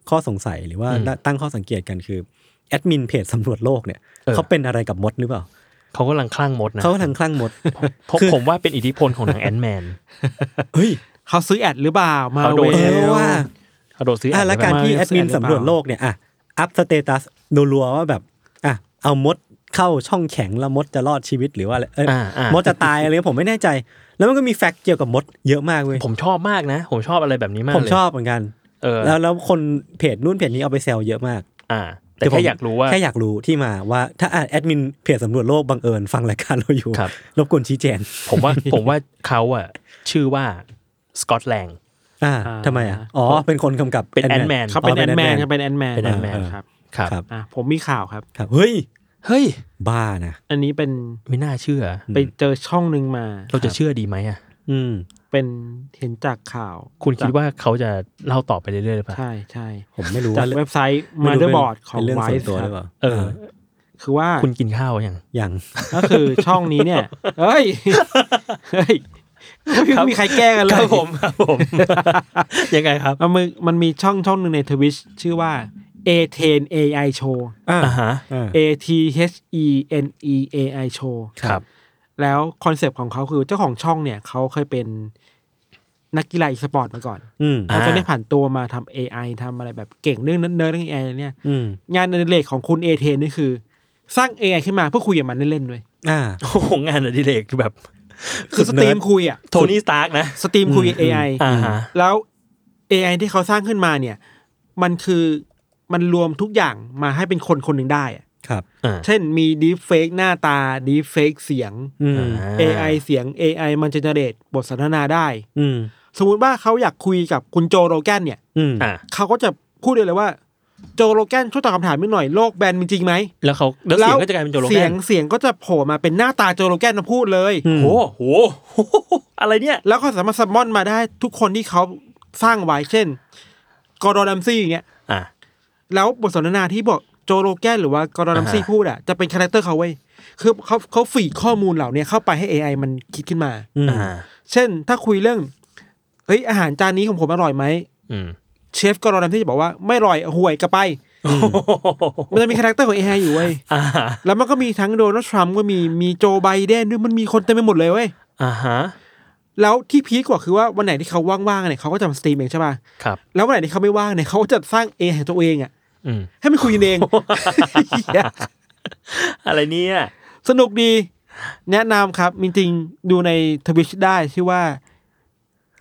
Speaker 2: ข้อสงสัยหรือว่าตั้งข้อสังเกตกันคือแอดมินเพจสำรวจโลกเนี่ยเขาเป็นอะไรกับมดหรือเปล่า
Speaker 3: เขากำลังคลั่งมดนะ
Speaker 2: เขากำลังคลั่งมด
Speaker 3: เพราะผมว่าเป็นอิทธิพลของหนังแอนแมน
Speaker 2: เฮ้ย
Speaker 4: เขาซื้อแอดหรือเปล่า มา
Speaker 3: เขาโดน
Speaker 4: เว
Speaker 2: เออว่า
Speaker 3: เ ระโดดซื้อ
Speaker 2: อ่ะ
Speaker 3: อ่าน
Speaker 2: และ
Speaker 3: ได้ไหม
Speaker 2: การที่
Speaker 4: มา
Speaker 2: แอ
Speaker 4: เว็บ
Speaker 2: ดมิน
Speaker 4: แอดหรือเปล่า
Speaker 2: สำรวจโลกเนี่ยอ่ะอัพสเตตัสรัวๆว่าแบบอ่ะเอามดเข้าช่องแข็งแล้วมดจะรอดชีวิตหรือว่าอะไรเอ้ย
Speaker 3: อ่าอ่า
Speaker 2: มดจะตายอะไรเงี้ยผมไม่แน่ใจ แล้วมันก็มีแฟกต์เกี่ยวกับมดเยอะมากเว้ย
Speaker 3: ผมชอบมากนะ ผมชอบอะไรแบบนี้มาก
Speaker 2: ผม
Speaker 3: เลย
Speaker 2: ชอบเหมือนกัน
Speaker 3: เออ
Speaker 2: แล้วแล้วคนเพจนู่นเพจนี้เอาไปแซวเยอะมาก
Speaker 3: อ่า แต่
Speaker 2: ผ
Speaker 3: แค่
Speaker 2: ม
Speaker 3: อยากรู้ว่า
Speaker 2: แค่อยากรู้ที่มาว่าถ้าอ่ะแอดมินเพจสำรวจโลกบังเอิญฟังรายการเราอยู่
Speaker 3: ครับ
Speaker 2: รบกวนชี้แจง
Speaker 3: ผมว่า ผมว่าเขาอะชื่อว่าสกอตแลง
Speaker 2: อ่า
Speaker 4: อ่า
Speaker 2: ทำไมอ่ะอ๋อเป็นคนกำกับ
Speaker 3: เป็น Ant-Man
Speaker 2: อ๋
Speaker 4: เขาเป็นแอนแมน
Speaker 2: ค
Speaker 4: ค
Speaker 2: รั
Speaker 4: รั
Speaker 2: บบ
Speaker 4: เป็นแอนแมน
Speaker 3: เป็น Ant-Man
Speaker 4: ครับ
Speaker 3: ครับ
Speaker 2: ครับ
Speaker 4: อ่ะผมมีข่าวครับ
Speaker 2: ครับเฮ้ย
Speaker 3: เฮ้ย
Speaker 2: บ้านะ
Speaker 4: อันนี้เป็น
Speaker 3: ไม่น่าเชื่อ
Speaker 4: ไปเจอช่องหนึ่งมา
Speaker 3: เราจะ
Speaker 4: คบ
Speaker 3: เชื่อดีไหมอะ
Speaker 2: อืม
Speaker 4: เป็นเห็นจากข่าว
Speaker 3: คุณคิดว่าเขาจะเล่าต่อไปเรื่อยๆหรือเปล่า
Speaker 4: ใช่ใช่
Speaker 2: ผมไม่รู้
Speaker 4: จาก
Speaker 2: ว่า
Speaker 4: เว็บไซต์
Speaker 2: ไม่
Speaker 4: มา
Speaker 2: รู้
Speaker 4: เดอ
Speaker 2: เป็น
Speaker 4: ร์บอร์ดของ
Speaker 2: เป็นเรื่อง
Speaker 4: ไว
Speaker 2: ส่วน
Speaker 4: ส์
Speaker 2: ตัวห
Speaker 4: ครั
Speaker 2: รือ
Speaker 4: บ
Speaker 2: เปล่า
Speaker 3: เออ
Speaker 4: คือว่า
Speaker 3: คุณกินข้าวยัง
Speaker 2: ยัง
Speaker 4: ก็คือช่องนี้เนี่ย เฮ้ย เฮ้ย
Speaker 3: ครับ
Speaker 4: ไม่มีใครแก้กันเลย
Speaker 3: ครับผม ยังไงครับ
Speaker 4: มันมีมันมีช่องช่องหนึ่งในทวิชชื่อว่า A10 AI Show
Speaker 2: อ่า
Speaker 3: อ่าฮะ
Speaker 4: A T H E N E A I Show
Speaker 3: ครับ
Speaker 4: แล้วคอนเซปต์ของเขาคือเจ้าของช่องเนี่ยเขาเคยเป็นนักกีฬาอีสปอร์ตมาก่อน
Speaker 2: อืม
Speaker 3: อ่า
Speaker 4: เขาจะได้ผ่านตัวมาทำ AI ทำอะไรแบบเก่งเรื่องนั้นเนื้อเรื่อง AI เนี่ย
Speaker 2: อืม
Speaker 4: งานอดิเรกของคุณ A10 นี่คือ สร้าง AI ขึ้นมาเพื่อคุยกับมันเล่นๆด้วย
Speaker 2: อ่า
Speaker 3: โอ้โหงานอดิเรกแบบ
Speaker 4: คือ
Speaker 2: สุ
Speaker 4: ส
Speaker 2: ด
Speaker 4: ตรีม
Speaker 2: nerd
Speaker 4: คุยอ่ะ
Speaker 3: โทนี่สตาร์กนะ
Speaker 4: สตรีมคุย
Speaker 2: อืม
Speaker 4: AI
Speaker 3: อ่าฮะ
Speaker 4: แล้ว AI ที่เขาสร้างขึ้นมาเนี่ย มันคือมันรวมทุกอย่างมาให้เป็นคนคนหนึ่งได้อะ
Speaker 2: ครับ
Speaker 3: อ่า
Speaker 4: เช่นมีดีเฟกหน้าตาดีเฟกเสียง
Speaker 2: อืม
Speaker 4: AI เสียง AI มันจะเจเรตบทสนทนาได้
Speaker 2: อืม
Speaker 4: สมมุติว่าเขาอยากคุยกับคุณโจโรแกนเนี่ย
Speaker 2: อืม
Speaker 3: อ่า
Speaker 4: เขาก็จะพูดเลยเลยว่า โจโรแกนช่วยตอบคำถามนิดหน่อยโลกแบนมีจริงไหม
Speaker 3: แล้วเขาแล้วเสียงก็จะกลายเป็นโจโรแก
Speaker 4: เสียง
Speaker 3: น
Speaker 4: เสียงก็จะโผล่มาเป็นหน้าตาโจโรแกนมาพูดเลย
Speaker 2: อืม
Speaker 3: โอ้โหโอ้โหอะไรเนี่ย
Speaker 4: แล้วก็สามารถซัมมอนมาได้ทุกคนที่เขาสร้างไว้เช่นกอร์ดอนแรมซี่อย่างเงี้ย
Speaker 3: อ่า
Speaker 4: แล้วบทสนทนาที่บอกโจโรแกนหรือว่ากอร์ดอนแรมซี่
Speaker 3: อ่าฮะ
Speaker 4: พูดอ่ะจะเป็นคาแรคเตอร์เขาเว้ยคือเขาเขาฝีดข้อมูลเหล่าเนี้ยเข้าไปให้ AI มันคิดขึ้นมา
Speaker 2: อืม
Speaker 3: อ่า
Speaker 4: เช่น ถ้าคุยเรื่องเฮ้ยอาหารจานนี้ของผมอร่อยไหม
Speaker 3: อืม
Speaker 4: เชฟกอร์ดอนแรมซี่จะบอกว่าไม่อร่อยห่วยกลับไป มันจะมีคาแรคเตอร์ของ AI อยู่เว้ย
Speaker 3: อ่า
Speaker 4: แล้วมันก็มีทั้งโดนัลด์ทรัมป์ก็มีมีโจไบเดนด้วยมันมีคนเต็มไปหมดเลยเว้ย
Speaker 3: อ่าฮะ
Speaker 4: แล้วที่พีคกว่าคือว่าวันไหนที่เขาว่างๆเนี่ยเขาก็จะมาสตรีมเองใช่ป่ะ
Speaker 3: ครับ
Speaker 4: แล้ววันไหนที่เขาไม่ว่างเนี่ยเขาก็จะสร้าง AI ของตัวเองอ่ะ
Speaker 3: อืม
Speaker 4: ให้มันคุยกันเอง
Speaker 3: อะไรเนี่ย
Speaker 4: สนุกดี แนะนำครับ จริงๆ ดูในทวิชได้ชื่อว่า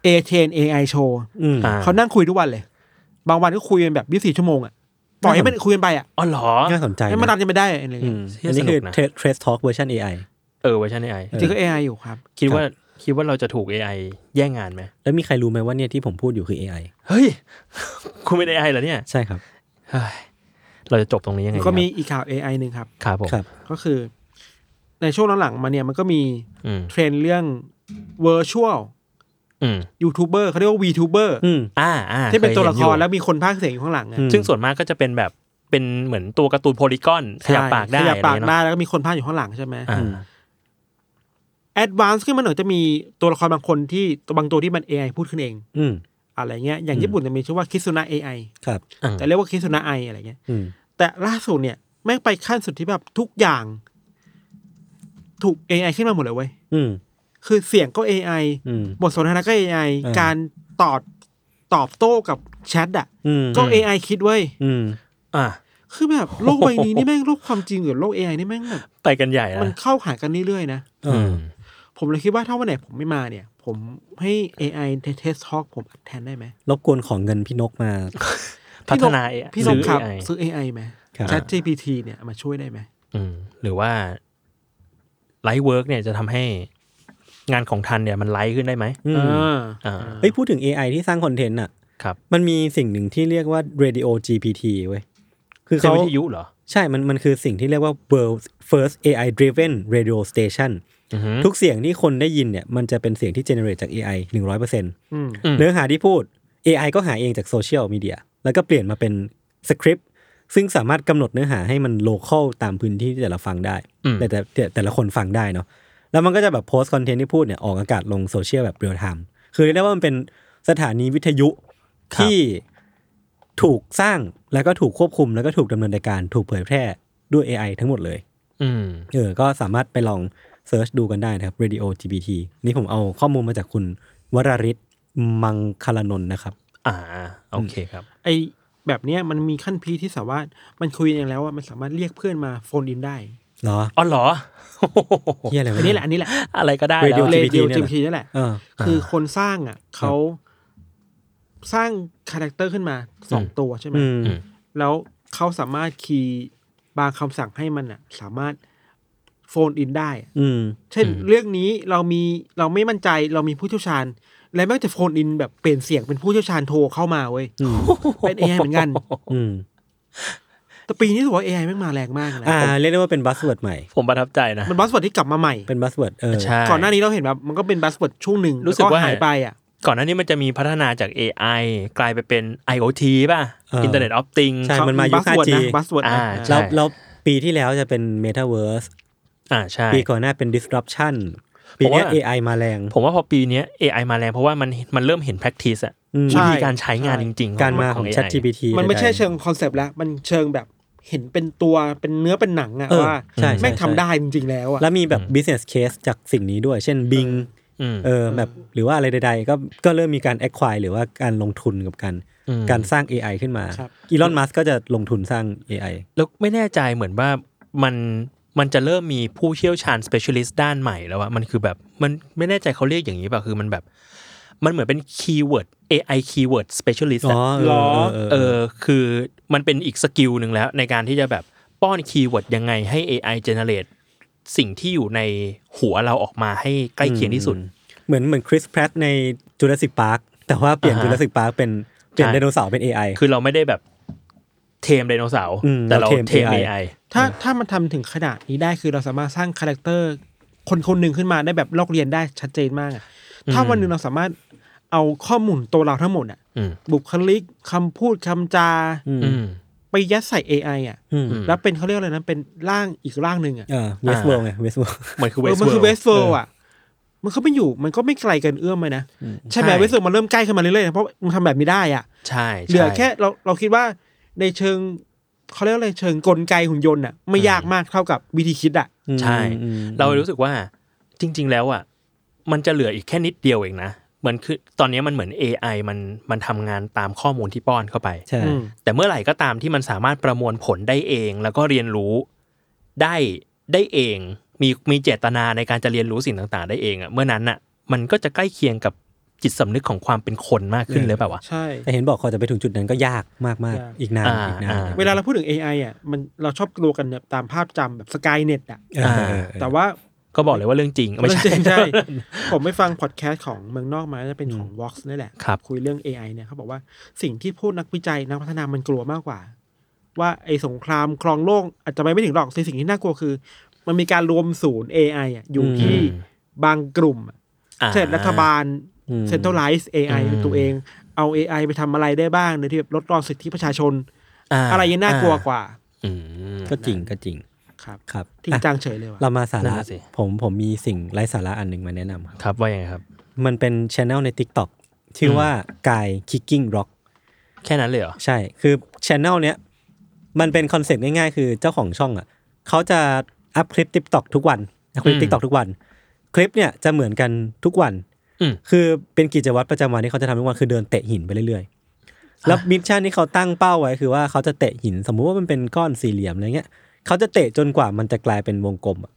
Speaker 4: a 10 AI Show
Speaker 2: อืม
Speaker 3: อ่า
Speaker 4: เขานั่งคุยทุกวันเลย บางวันก็คุยกันแบบ 24 ชั่วโมงอะปล่อยให้มันคุยกันไปอะ
Speaker 3: อ๋อเหรอ
Speaker 2: น่าสนใจ
Speaker 4: ให้มัน
Speaker 2: นะ
Speaker 4: ตามกันไม่ได้อะไร
Speaker 2: อื
Speaker 4: เงี้ย
Speaker 2: ม
Speaker 3: เชี่ย
Speaker 2: อันนี้คือ
Speaker 3: สนุกนะ
Speaker 2: เทร Trace Talk เวอร์ชัน AI
Speaker 3: เออเวอร์ชัน AI
Speaker 4: จริงก็ AI อยู่ครับ
Speaker 3: คิดว่าคิดว่าเราจะถูก AI แย่งงานไหม
Speaker 2: แล้วมีใครรู้ไหมว่าเนี่ยที่ผมพูดอยู่คือ AI
Speaker 3: เฮ้ย คุณเป็น AI เหรอเนี่ย
Speaker 2: ใช่ครับ
Speaker 3: เฮ้ยเราจะจบตรงนี้ยังไง
Speaker 4: ก็มีอีกข่าว AI หนึ่งครับ
Speaker 3: ครับผม
Speaker 2: ครับ
Speaker 4: ก็คือ ในช่วงหลังๆมาเนี่ยมันก็มี
Speaker 3: อืม
Speaker 4: เทรนด์เรื่อง virtual
Speaker 3: อืม
Speaker 4: YouTuber เขาเรียกว่า VTuber
Speaker 2: อืม
Speaker 3: อ่าอ่า
Speaker 4: ที่เป็น
Speaker 3: คย
Speaker 4: ตัว
Speaker 3: ห็
Speaker 4: ละค
Speaker 3: อยู่
Speaker 4: รแล้วมีคนพากย์เสียงอยู่ข้างหลังอะ
Speaker 2: อืม
Speaker 3: ซึ่งส่วนมากก็จะเป็นแบบเป็นเหมือนตัวการ์ตูนโพลีกอนขยับปากได้
Speaker 4: ขยับปาก
Speaker 3: อะไรเงี้ยเนอะ
Speaker 4: ได้แล้วก็มีคนพากย์อยู่ข้างหลังใช่ไหม
Speaker 3: อ่า
Speaker 4: แอดวานซ์ขึ้นมาหน่อยจะมีตัวละครบางคนที่บางตัวที่มัน AI พูดขึ้นเอง
Speaker 2: อืม
Speaker 4: อะไรเงี้ยอย่างญี่ปุ่นจะมีชื่อว่าคิ s ุน a AI
Speaker 2: ครับ
Speaker 3: อ่า
Speaker 4: จะเรียกว่าคิ s ุน a AI อะไรเงี้ย
Speaker 2: อืม
Speaker 4: แต่ล่าสุดเนี่ยแม่งไปขั้นสุดที่แบบทุกอย่าง ถูก AI ขึ้นมาหมดเลยเว้ย
Speaker 2: อืม
Speaker 4: คือเสียงก็ AI
Speaker 2: อืม
Speaker 4: บทสนทนาก็ AI
Speaker 2: อ่า
Speaker 4: การตอบตอบโต้กับแชทอ่ะ
Speaker 2: อืม
Speaker 4: ก็ AI คิดเว้ย
Speaker 2: อืม
Speaker 3: อ่า
Speaker 4: คือ แบบโลกใบนี้นี่แม่งโลกความจริงกับโลก AI นี่แม่งแบบ
Speaker 3: ไปกันใหญ่
Speaker 4: มัน
Speaker 3: นะ
Speaker 4: เข้าหากันเรื่อยๆนะ
Speaker 2: เอ
Speaker 3: อื
Speaker 2: อ
Speaker 3: ม
Speaker 4: ผมเลยคิดว่าถ้าวันไหนผมไม่มาเนี่ย ผมให้ AI เทสทอกผมอัดแทนได้ไหม
Speaker 2: รบกวนของเงินพี่นกมา
Speaker 3: พัฒนา AI
Speaker 4: พี่นกครับ
Speaker 3: AI
Speaker 4: ซื้อ AI ไหม
Speaker 2: ครับ
Speaker 4: Chat GPT เนี่ยมาช่วยได้ไหม
Speaker 3: อืมหรือว่าไลฟ์เวิร์กเนี่ยจะทำให้งานของทันเนี่ยมันไลฟ์ขึ้นได้ไหม
Speaker 2: อืม
Speaker 4: เออ
Speaker 3: อ่า
Speaker 2: เฮ้ยพูดถึง AI ที่สร้างคอนเทนต์อ่ะ
Speaker 3: ครับ
Speaker 2: มันมีสิ่งหนึ่งที่เรียกว่า radio GPT เว้ยคือ
Speaker 3: เป็น
Speaker 2: เขา
Speaker 3: วิทยุเหรอ
Speaker 2: ใช่ มัน มันคือสิ่งที่เรียกว่า world first AI driven radio station
Speaker 3: อือฮึ
Speaker 2: ทุกเสียงที่คนได้ยินเนี่ย มันจะเป็นเสียงที่ generate จาก AI 100%
Speaker 4: อืม
Speaker 3: อืม
Speaker 2: เนื้อหาที่พูด AI ก็หาเองจากโซเชียลมีเดีย แล้วก็เปลี่ยนมาเป็นสคริปต์ ซึ่งสามารถกำหนดเนื้อหาให้มันโลเคอลตามพื้นที่ที่แต่ละฟังได้
Speaker 3: อืม
Speaker 2: แต่แต่แต่แต่ละคนฟังได้เนาะ แล้วมันก็จะแบบโพสต์คอนเทนต์ที่พูดเนี่ย ออกอากาศลงโซเชียลแบบเรียลไทม์ คือเรียกได้ว่ามันเป็นสถานีวิทยุที่ถูกสร้างแล้วก็ถูกควบคุมแล้วก็ถูกดำเนินการถูกเผยแพร่ด้วย AI ทั้งหมดเลย
Speaker 3: อืม
Speaker 2: เออ ก็สามารถไปลองเซิร์ชดูกันได้นะครับ Radio GPT นี่ผมเอาข้อมูลมาจากคุณวราริศมังคลานนท์นะครับ
Speaker 3: อ่า โอเคครับ
Speaker 4: ไอแบบเนี้ยมันมีขั้นพีคที่สามารถมันคุยกันแล้วว่ามันสามารถเรียกเพื่อนมาโฟนอินได้
Speaker 2: เหรอ
Speaker 3: อ๋อเหรอ
Speaker 2: เฮียอะไรวะ
Speaker 4: อัน
Speaker 2: เย
Speaker 4: นี้แหละอันนี้แหละ
Speaker 3: อะไรก็ได้แล้ว
Speaker 2: Radio
Speaker 4: เล
Speaker 2: GPT
Speaker 4: เดียว
Speaker 2: เนี่
Speaker 4: จี
Speaker 2: ยเหรอ
Speaker 4: พีนั่นแหละ
Speaker 2: เออ
Speaker 4: คือคนสร้างอ่ะเขาสร้างคาแรคเตอร์ขึ้นมาสอง
Speaker 3: อืม
Speaker 4: ตัวใช่ไหม
Speaker 2: อืม
Speaker 4: แล้วเขาสามารถคีย์บางคำสั่งให้มันอ่ะ สามารถโฟนอินได้อะ
Speaker 2: อืม
Speaker 4: เช่น
Speaker 3: อืม
Speaker 4: เรื่องนี้เรามีเราไม่มั่นใจเรามีผู้เชี่ยวชาญ และแม่งจะโฟนอินแบบเปลี่ยนเสียงเป็นผู้เชี่ยวชาญโทรเข้ามาเว้ย
Speaker 2: อืม
Speaker 4: เป็นเอเหมือนกัน
Speaker 2: อืม
Speaker 4: แต่ปีนี้ถือว่าเอแม่งมาแรงมากนะ
Speaker 2: อ่า เรียกได้ว่าเป็นบัสเวิร์ดใหม่
Speaker 3: ผมประทับใจนะ
Speaker 4: มันบัสเวิร์ดที่กลับมาใหม่
Speaker 2: เป็นบัสเวิร์ดเออ
Speaker 3: ใช่
Speaker 4: ก่อนหน้านี้เราเห็นแบบมันก็เป็นบัสเวิร์ดช่วงหนึ่ง
Speaker 3: รู้สึกว่า
Speaker 4: แล้หายไปอ่ะ
Speaker 3: ก่อนหน้านี้มันจะมีพัฒนาจาก AI กลายไปเป็น IoT ป่ะ
Speaker 2: เออ
Speaker 3: Internet of Things
Speaker 2: ใช่ มันมายุค
Speaker 4: buzzword นะ
Speaker 2: 5G
Speaker 4: buzzword นะ
Speaker 3: อ่า ใช่
Speaker 2: แล้วแล้วปีที่แล้วจะเป็นเมตาเวิร์ส
Speaker 3: อ่าใช่
Speaker 2: ปีก่อนหน้าเป็น disruption ปีเนี้ย
Speaker 3: ผมว่า
Speaker 2: AI มาแรง
Speaker 3: ผมว่าพอปีเนี้ย AI มาแรงเพราะว่ามันมันเริ่มเห็น practice อะ
Speaker 2: อืม
Speaker 3: วิธีการใช้งาน
Speaker 4: ใช่
Speaker 3: จริงๆ
Speaker 2: การมาของ
Speaker 3: AI
Speaker 2: Chat GPT
Speaker 4: มันไม่ใช่
Speaker 2: ด้ๆ
Speaker 4: เชิงคอนเซปต์แล้ว มันเชิงแบบเห็นเป็นตัวเป็นเนื้อเป็นหนังอะ
Speaker 2: เออ
Speaker 4: ว่า
Speaker 2: ใช่ใช่
Speaker 4: แม่ง
Speaker 2: ใช่
Speaker 4: ทำได้จริงๆแล้วอะ
Speaker 2: แล้วมีแบบ business case จากสิ่งนี้ด้วย เช่น Bing
Speaker 3: อืม
Speaker 2: เออแบบหรือว่าอะไรใดๆ ก็ก็เริ่มมีการ acquire หรือว่าการลงทุนกับการ
Speaker 3: อืม
Speaker 2: การสร้าง AI ขึ้นมา
Speaker 4: ครับ
Speaker 2: อีลอนมัสก็จะลงทุนสร้าง AI
Speaker 3: แล้วไม่แน่ใจเหมือนว่ามันมันจะเริ่มมีผู้เชี่ยวชาญ specialist ด้านใหม่แล้วอะมันคือแบบมันไม่แน่ใจเขาเรียกอย่างนี้ป่ะคือมันแบบ มันเหมือนเป็น keyword AI keyword specialist
Speaker 2: อ๋
Speaker 3: อะ
Speaker 2: อ
Speaker 4: หรอ
Speaker 2: เออเอ
Speaker 3: เอ
Speaker 2: อ
Speaker 3: อคือมันเป็นอีกสกิลหนึ่งแล้ว ในการที่จะแบบป้อนคีย์เวิร์ดยังไงให้ AI generate สิ่งที่อยู่ในหัวเราออกมาให้ใกล้เคียงที่สุด
Speaker 2: เหมือนเหมือนคริสแพร t ในจูราสสิกพาร์คแต่ว่าเปลี่ยน
Speaker 3: อ่าฮะ
Speaker 2: จูราสสิกพาร์คเป็นเปลี่ยน
Speaker 3: ใช่
Speaker 2: ไดโนเสาร์เป็น AI
Speaker 3: คือเราไม่ได้แบบเทมไดโนเสาร์
Speaker 2: อืม
Speaker 3: แต่เรา
Speaker 2: เราเทม
Speaker 3: เทม
Speaker 2: AI
Speaker 3: AI
Speaker 4: ถ้าถ้ามันทำถึงขนาดนี้ได้คือเราสามารถสร้างคาแรคเตอร์คนคนหนึ่งขึ้นมาได้แบบลอกเรียนได้ชัดเจนมากอะถ้าวันหนึ่งเราสามารถเอาข้อมูลตัวเราทั้งหมดอะ
Speaker 3: อืม
Speaker 4: บุคลิกคำพูดคำจา
Speaker 2: อืม
Speaker 3: อืม
Speaker 4: ไปยัดใส่ AI อ่ะ
Speaker 2: อืม
Speaker 3: อืม
Speaker 4: แล้วเป็นเขาเรียกอะไรนะเป็นร่างอีกร่างหนึ่งอ่ะ
Speaker 2: เออเวสเวิร์ไงเวสเวิร์
Speaker 3: เหมือนคือเว
Speaker 4: เออ
Speaker 3: ส
Speaker 4: มันคือ
Speaker 3: เวส
Speaker 4: เวสเวิร์อ่ะมันก็ไม่อยู่มันก็ไม่ไกลเกินเอื้อมเลยนะใช่ไหม
Speaker 3: ใช่
Speaker 4: เวสเวิร์มันเริ่มใกล้ขึ้นมาเรื่อยๆนะเพราะมันทำแบบนี้ได้อ่ะ
Speaker 3: ใช่
Speaker 4: เหลือ
Speaker 3: ใช่
Speaker 4: แค่เราเราคิดว่าในเชิงเขาเรียกว่าอะไรเชิงกลไกหุ่นยนต์อ่ะไม่ยากมากเท่ากับวิธีคิดอ่ะ
Speaker 3: ใช่ เรารู้สึกว่าจริง ๆ แล้วอ่ะมันจะเหลืออีกแค่นิดเดียวเองนะเหมือนคือตอนนี้มันเหมือน AI มันมันทำงานตามข้อมูลที่ป้อนเข้าไป
Speaker 2: ใช่
Speaker 4: อืม
Speaker 3: แต่เมื่อไหร่ก็ตามที่มันสามารถประมวลผลได้เอง แล้วก็เรียนรู้ได้ได้เอง มีมีเจตนาในการจะเรียนรู้สิ่งต่างๆ ได้เองอะ่ะเมื่อนั้นอ่ะ มันก็จะใกล้เคียงกับจิตสำนึกของความเป็นคนมากขึ้นเลยเปล่าวะ
Speaker 4: ใช่
Speaker 2: แต่เห็นบอกคอจะไปถึงจุดนั้นก็ยากมากมาก
Speaker 4: ยาก
Speaker 2: อีกนาน
Speaker 3: อ่า
Speaker 2: อีกนา
Speaker 3: อ่า
Speaker 2: น
Speaker 4: เวลาเราพูดถึง AI อ่ะมันเราชอบกลัวกันแบบตามภาพจำแบบสกายเน็ตอ่ะ
Speaker 2: เออเออเออ
Speaker 4: แต่ว่า
Speaker 3: ก็บอกเลยว่าเรื่องจริงไม่ใช่
Speaker 4: จริง ๆใช่ ผมไปฟังพอดแคสต์ของเมืองนอกมาจะเป็นของ Vox นี่แหละ
Speaker 3: ครับ
Speaker 4: คุยเรื่อง AI เนี่ยเขาบอกว่าสิ่งที่พูดนักวิจัยนักพัฒนามันกลัวมากกว่า ว่าไอ้สงครามครองโลกอาจจะไปไม่ถึงหรอกแต่สิ่งที่น่ากลัวคือ มันมีการรวมศูนย์ AI อ่ะอยู่ที่บางกลุ่มอะ
Speaker 3: อ่า
Speaker 4: เช่นรัฐบาล centralize AI
Speaker 3: อืม
Speaker 4: เป็นตัวเอง เอา AI ไปทำอะไรได้บ้างโดยที่แบบลดรอนสิทธิประชาชน
Speaker 3: า
Speaker 4: อะไรยังน่ากลัวกว่า
Speaker 3: อืม
Speaker 2: ก็จริงก็จริง
Speaker 4: ครับ
Speaker 2: ครับ
Speaker 4: จริง
Speaker 2: อ่ะ
Speaker 4: จังเฉยเลยว่ะ
Speaker 2: เรามาสา
Speaker 3: นั่
Speaker 2: ระ
Speaker 3: นน่ะสิ
Speaker 2: ผมผมมีสิ่งไร้สาระอันหนึ่งมาแนะนำครับ
Speaker 3: ครับว่ายังไงครับ
Speaker 2: มันเป็นช anel ใน TikTok ชื่อว่ากาย kicking rock
Speaker 3: แค่นั้นเลยเหรอ
Speaker 2: ใช่ คือช anel เนี้ยมันเป็นคอนเซ็ปต์ง่ายๆ คือเจ้าของช่องอ่ะเขาจะอัพคลิป TikTok ทุกวันอัพคลิป
Speaker 3: อืม
Speaker 2: TikTok ทุกวัน คลิปเนี่ยจะเหมือนกันทุกวัน
Speaker 3: อืม
Speaker 2: คือเป็นกิจวัตรประจำวันที่เขาจะทำทุกวันคือเดินเตะหินไปเรื่อยๆ แล้วมิชชั่นที่เขาตั้งเป้าไว้คือว่าเขาจะเตะหิน สมมุติว่ามันเป็นก้อนสี่เหลี่ยมอะไรเงี้ยเขาจะเตะจนกว่ามันจะกลายเป็นวงกลมอะ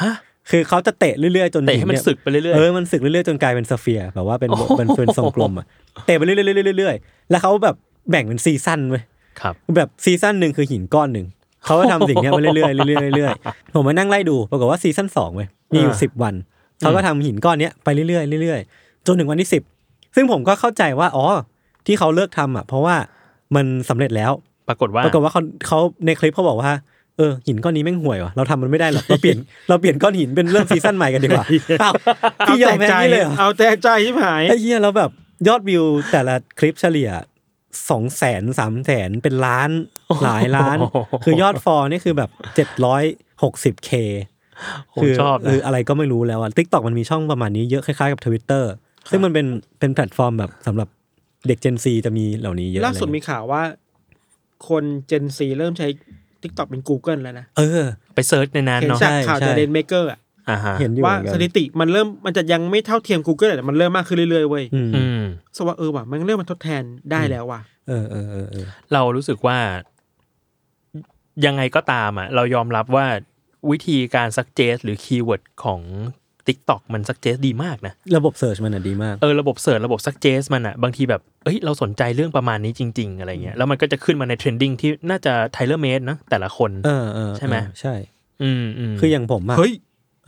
Speaker 3: ฮะ
Speaker 2: คือเขาจะเตะเรื่อยๆจน
Speaker 3: เตะให้มัน
Speaker 2: ย
Speaker 3: สึกไปเรื่อย
Speaker 2: เออ มันสึกเรื่อยๆ จนกลายเป็นสเฟียร์แบบว่าเป็น
Speaker 3: โอ้โห
Speaker 2: เป็นเป็นทรงกลมอ่ะ เตะไปเรื่อยๆเรื่อยๆแล้วเขาแบบแบ่งเป็นซีซั่นเว้ย
Speaker 3: ๆครับ
Speaker 2: แบบซีซั่นหนึ่งคือหินก้อนหนึ่ง เขาก็ทำสิ่งเนี้ยไปเรื่อยๆเรื่อยๆเรื่อยๆผมมานั่งไล่ดูปรากฏว่าซีซั่นสองเว้ยมีอยู่
Speaker 3: อ่า
Speaker 2: สิบวัน เขาก็ทำหินก้อนเนี้ยไปเรื่อยๆเรื่อยๆ จนถึงวันที่สิบซึ่งผมก็เข้าใจว่าอ๋อที่เขาเลิกทำอ่ะ เพราะว่ามันสำเร็จแล้ว
Speaker 3: ปรากฏว่า
Speaker 2: ปรากฏว่าเขาเขาในคลิปเขาบอกว่าเออหินก้อนนี้แม่งห่วยว่ะเราทำมันไม่ได้หรอกเราเปลี่ยน เราเปลี่ยนก้อนหินเป็นเรื่องซีซั่นใหม่กันดีกว่า อ้าว
Speaker 4: เอา
Speaker 2: ที่ยอ
Speaker 4: แต่
Speaker 2: มแพ้
Speaker 4: ใจ
Speaker 2: นี่เลยเหรอ
Speaker 4: เอาแต่ใจใช่ไหม
Speaker 2: ไอ้เหี้ยเราแบบยอดวิวแต่ละคลิปเฉลี่ยสองแสนสามแสนเป็นล้านหลายล้าน
Speaker 3: โอ้โห
Speaker 2: คือยอดฟอลนี่คือแบบเจ็ดร้อยหกสิบเค
Speaker 3: ผมชอบ
Speaker 2: ห
Speaker 3: นะ
Speaker 2: รืออะไรก็ไม่รู้แล้วอ่ะทิกตอกมันมีช่องประมาณนี้เยอะคล้ายๆกับทวิตเตอร์ซึ่งมันเป็นเป็นแพลตฟอร์มแบบสำหรับเด็กเจนซีจะมีเหล่านี้เยอะ
Speaker 4: ล่าสุด
Speaker 2: อะไร
Speaker 4: มี
Speaker 2: เงี้ย
Speaker 4: ข่าวว่า คนเจนซีเริ่มใช้ TikTok เป็น Google แล้วนะ
Speaker 2: เออ
Speaker 3: ไปเซิร์ชในนั้น
Speaker 4: เห็น
Speaker 3: เนาะ
Speaker 4: จาก
Speaker 2: ใช่
Speaker 4: ข่าว
Speaker 2: ใช่
Speaker 4: จากเดนเมเกอร์อ่ะ
Speaker 3: อ่าฮะ
Speaker 2: เห็นอยู่
Speaker 4: ว่า
Speaker 2: เหมือนกัน
Speaker 4: สถิติมันเริ่มมันจะยังไม่เท่าเทียม Google แต่มันเริ่มมากขึ้นเรื่อยๆเว้ย
Speaker 2: อืม
Speaker 3: อืม
Speaker 4: สว่าเออว่ะมันเริ่มมันทดแทนได้แล้วว่ะ
Speaker 2: เออเออเออเออ
Speaker 3: เรารู้สึกว่ายังไงก็ตามอ่ะ เรายอมรับว่าวิธีการซักเจสหรือคีย์เวิร์ดของ TikTok มันซักเจสดีมากนะ
Speaker 2: ระบบเสิร์ชมันอ่ะดีมาก
Speaker 3: เออ ระบบเสิร์ชระบบซักเจสมันอ่ะ บางทีแบบ เอ้ย เราสนใจเรื่องประมาณนี้จริง ๆ อะไรเงี้ยแล้วมันก็จะขึ้นมาในเทรนดิ้งที่น่าจะไทเลอร์เมดนะ แต่ละคน
Speaker 2: เออเออ
Speaker 3: ใช่ไหม
Speaker 2: เออใช่
Speaker 3: อืมอืม
Speaker 2: คืออย่างผมอะ
Speaker 4: เฮ้ย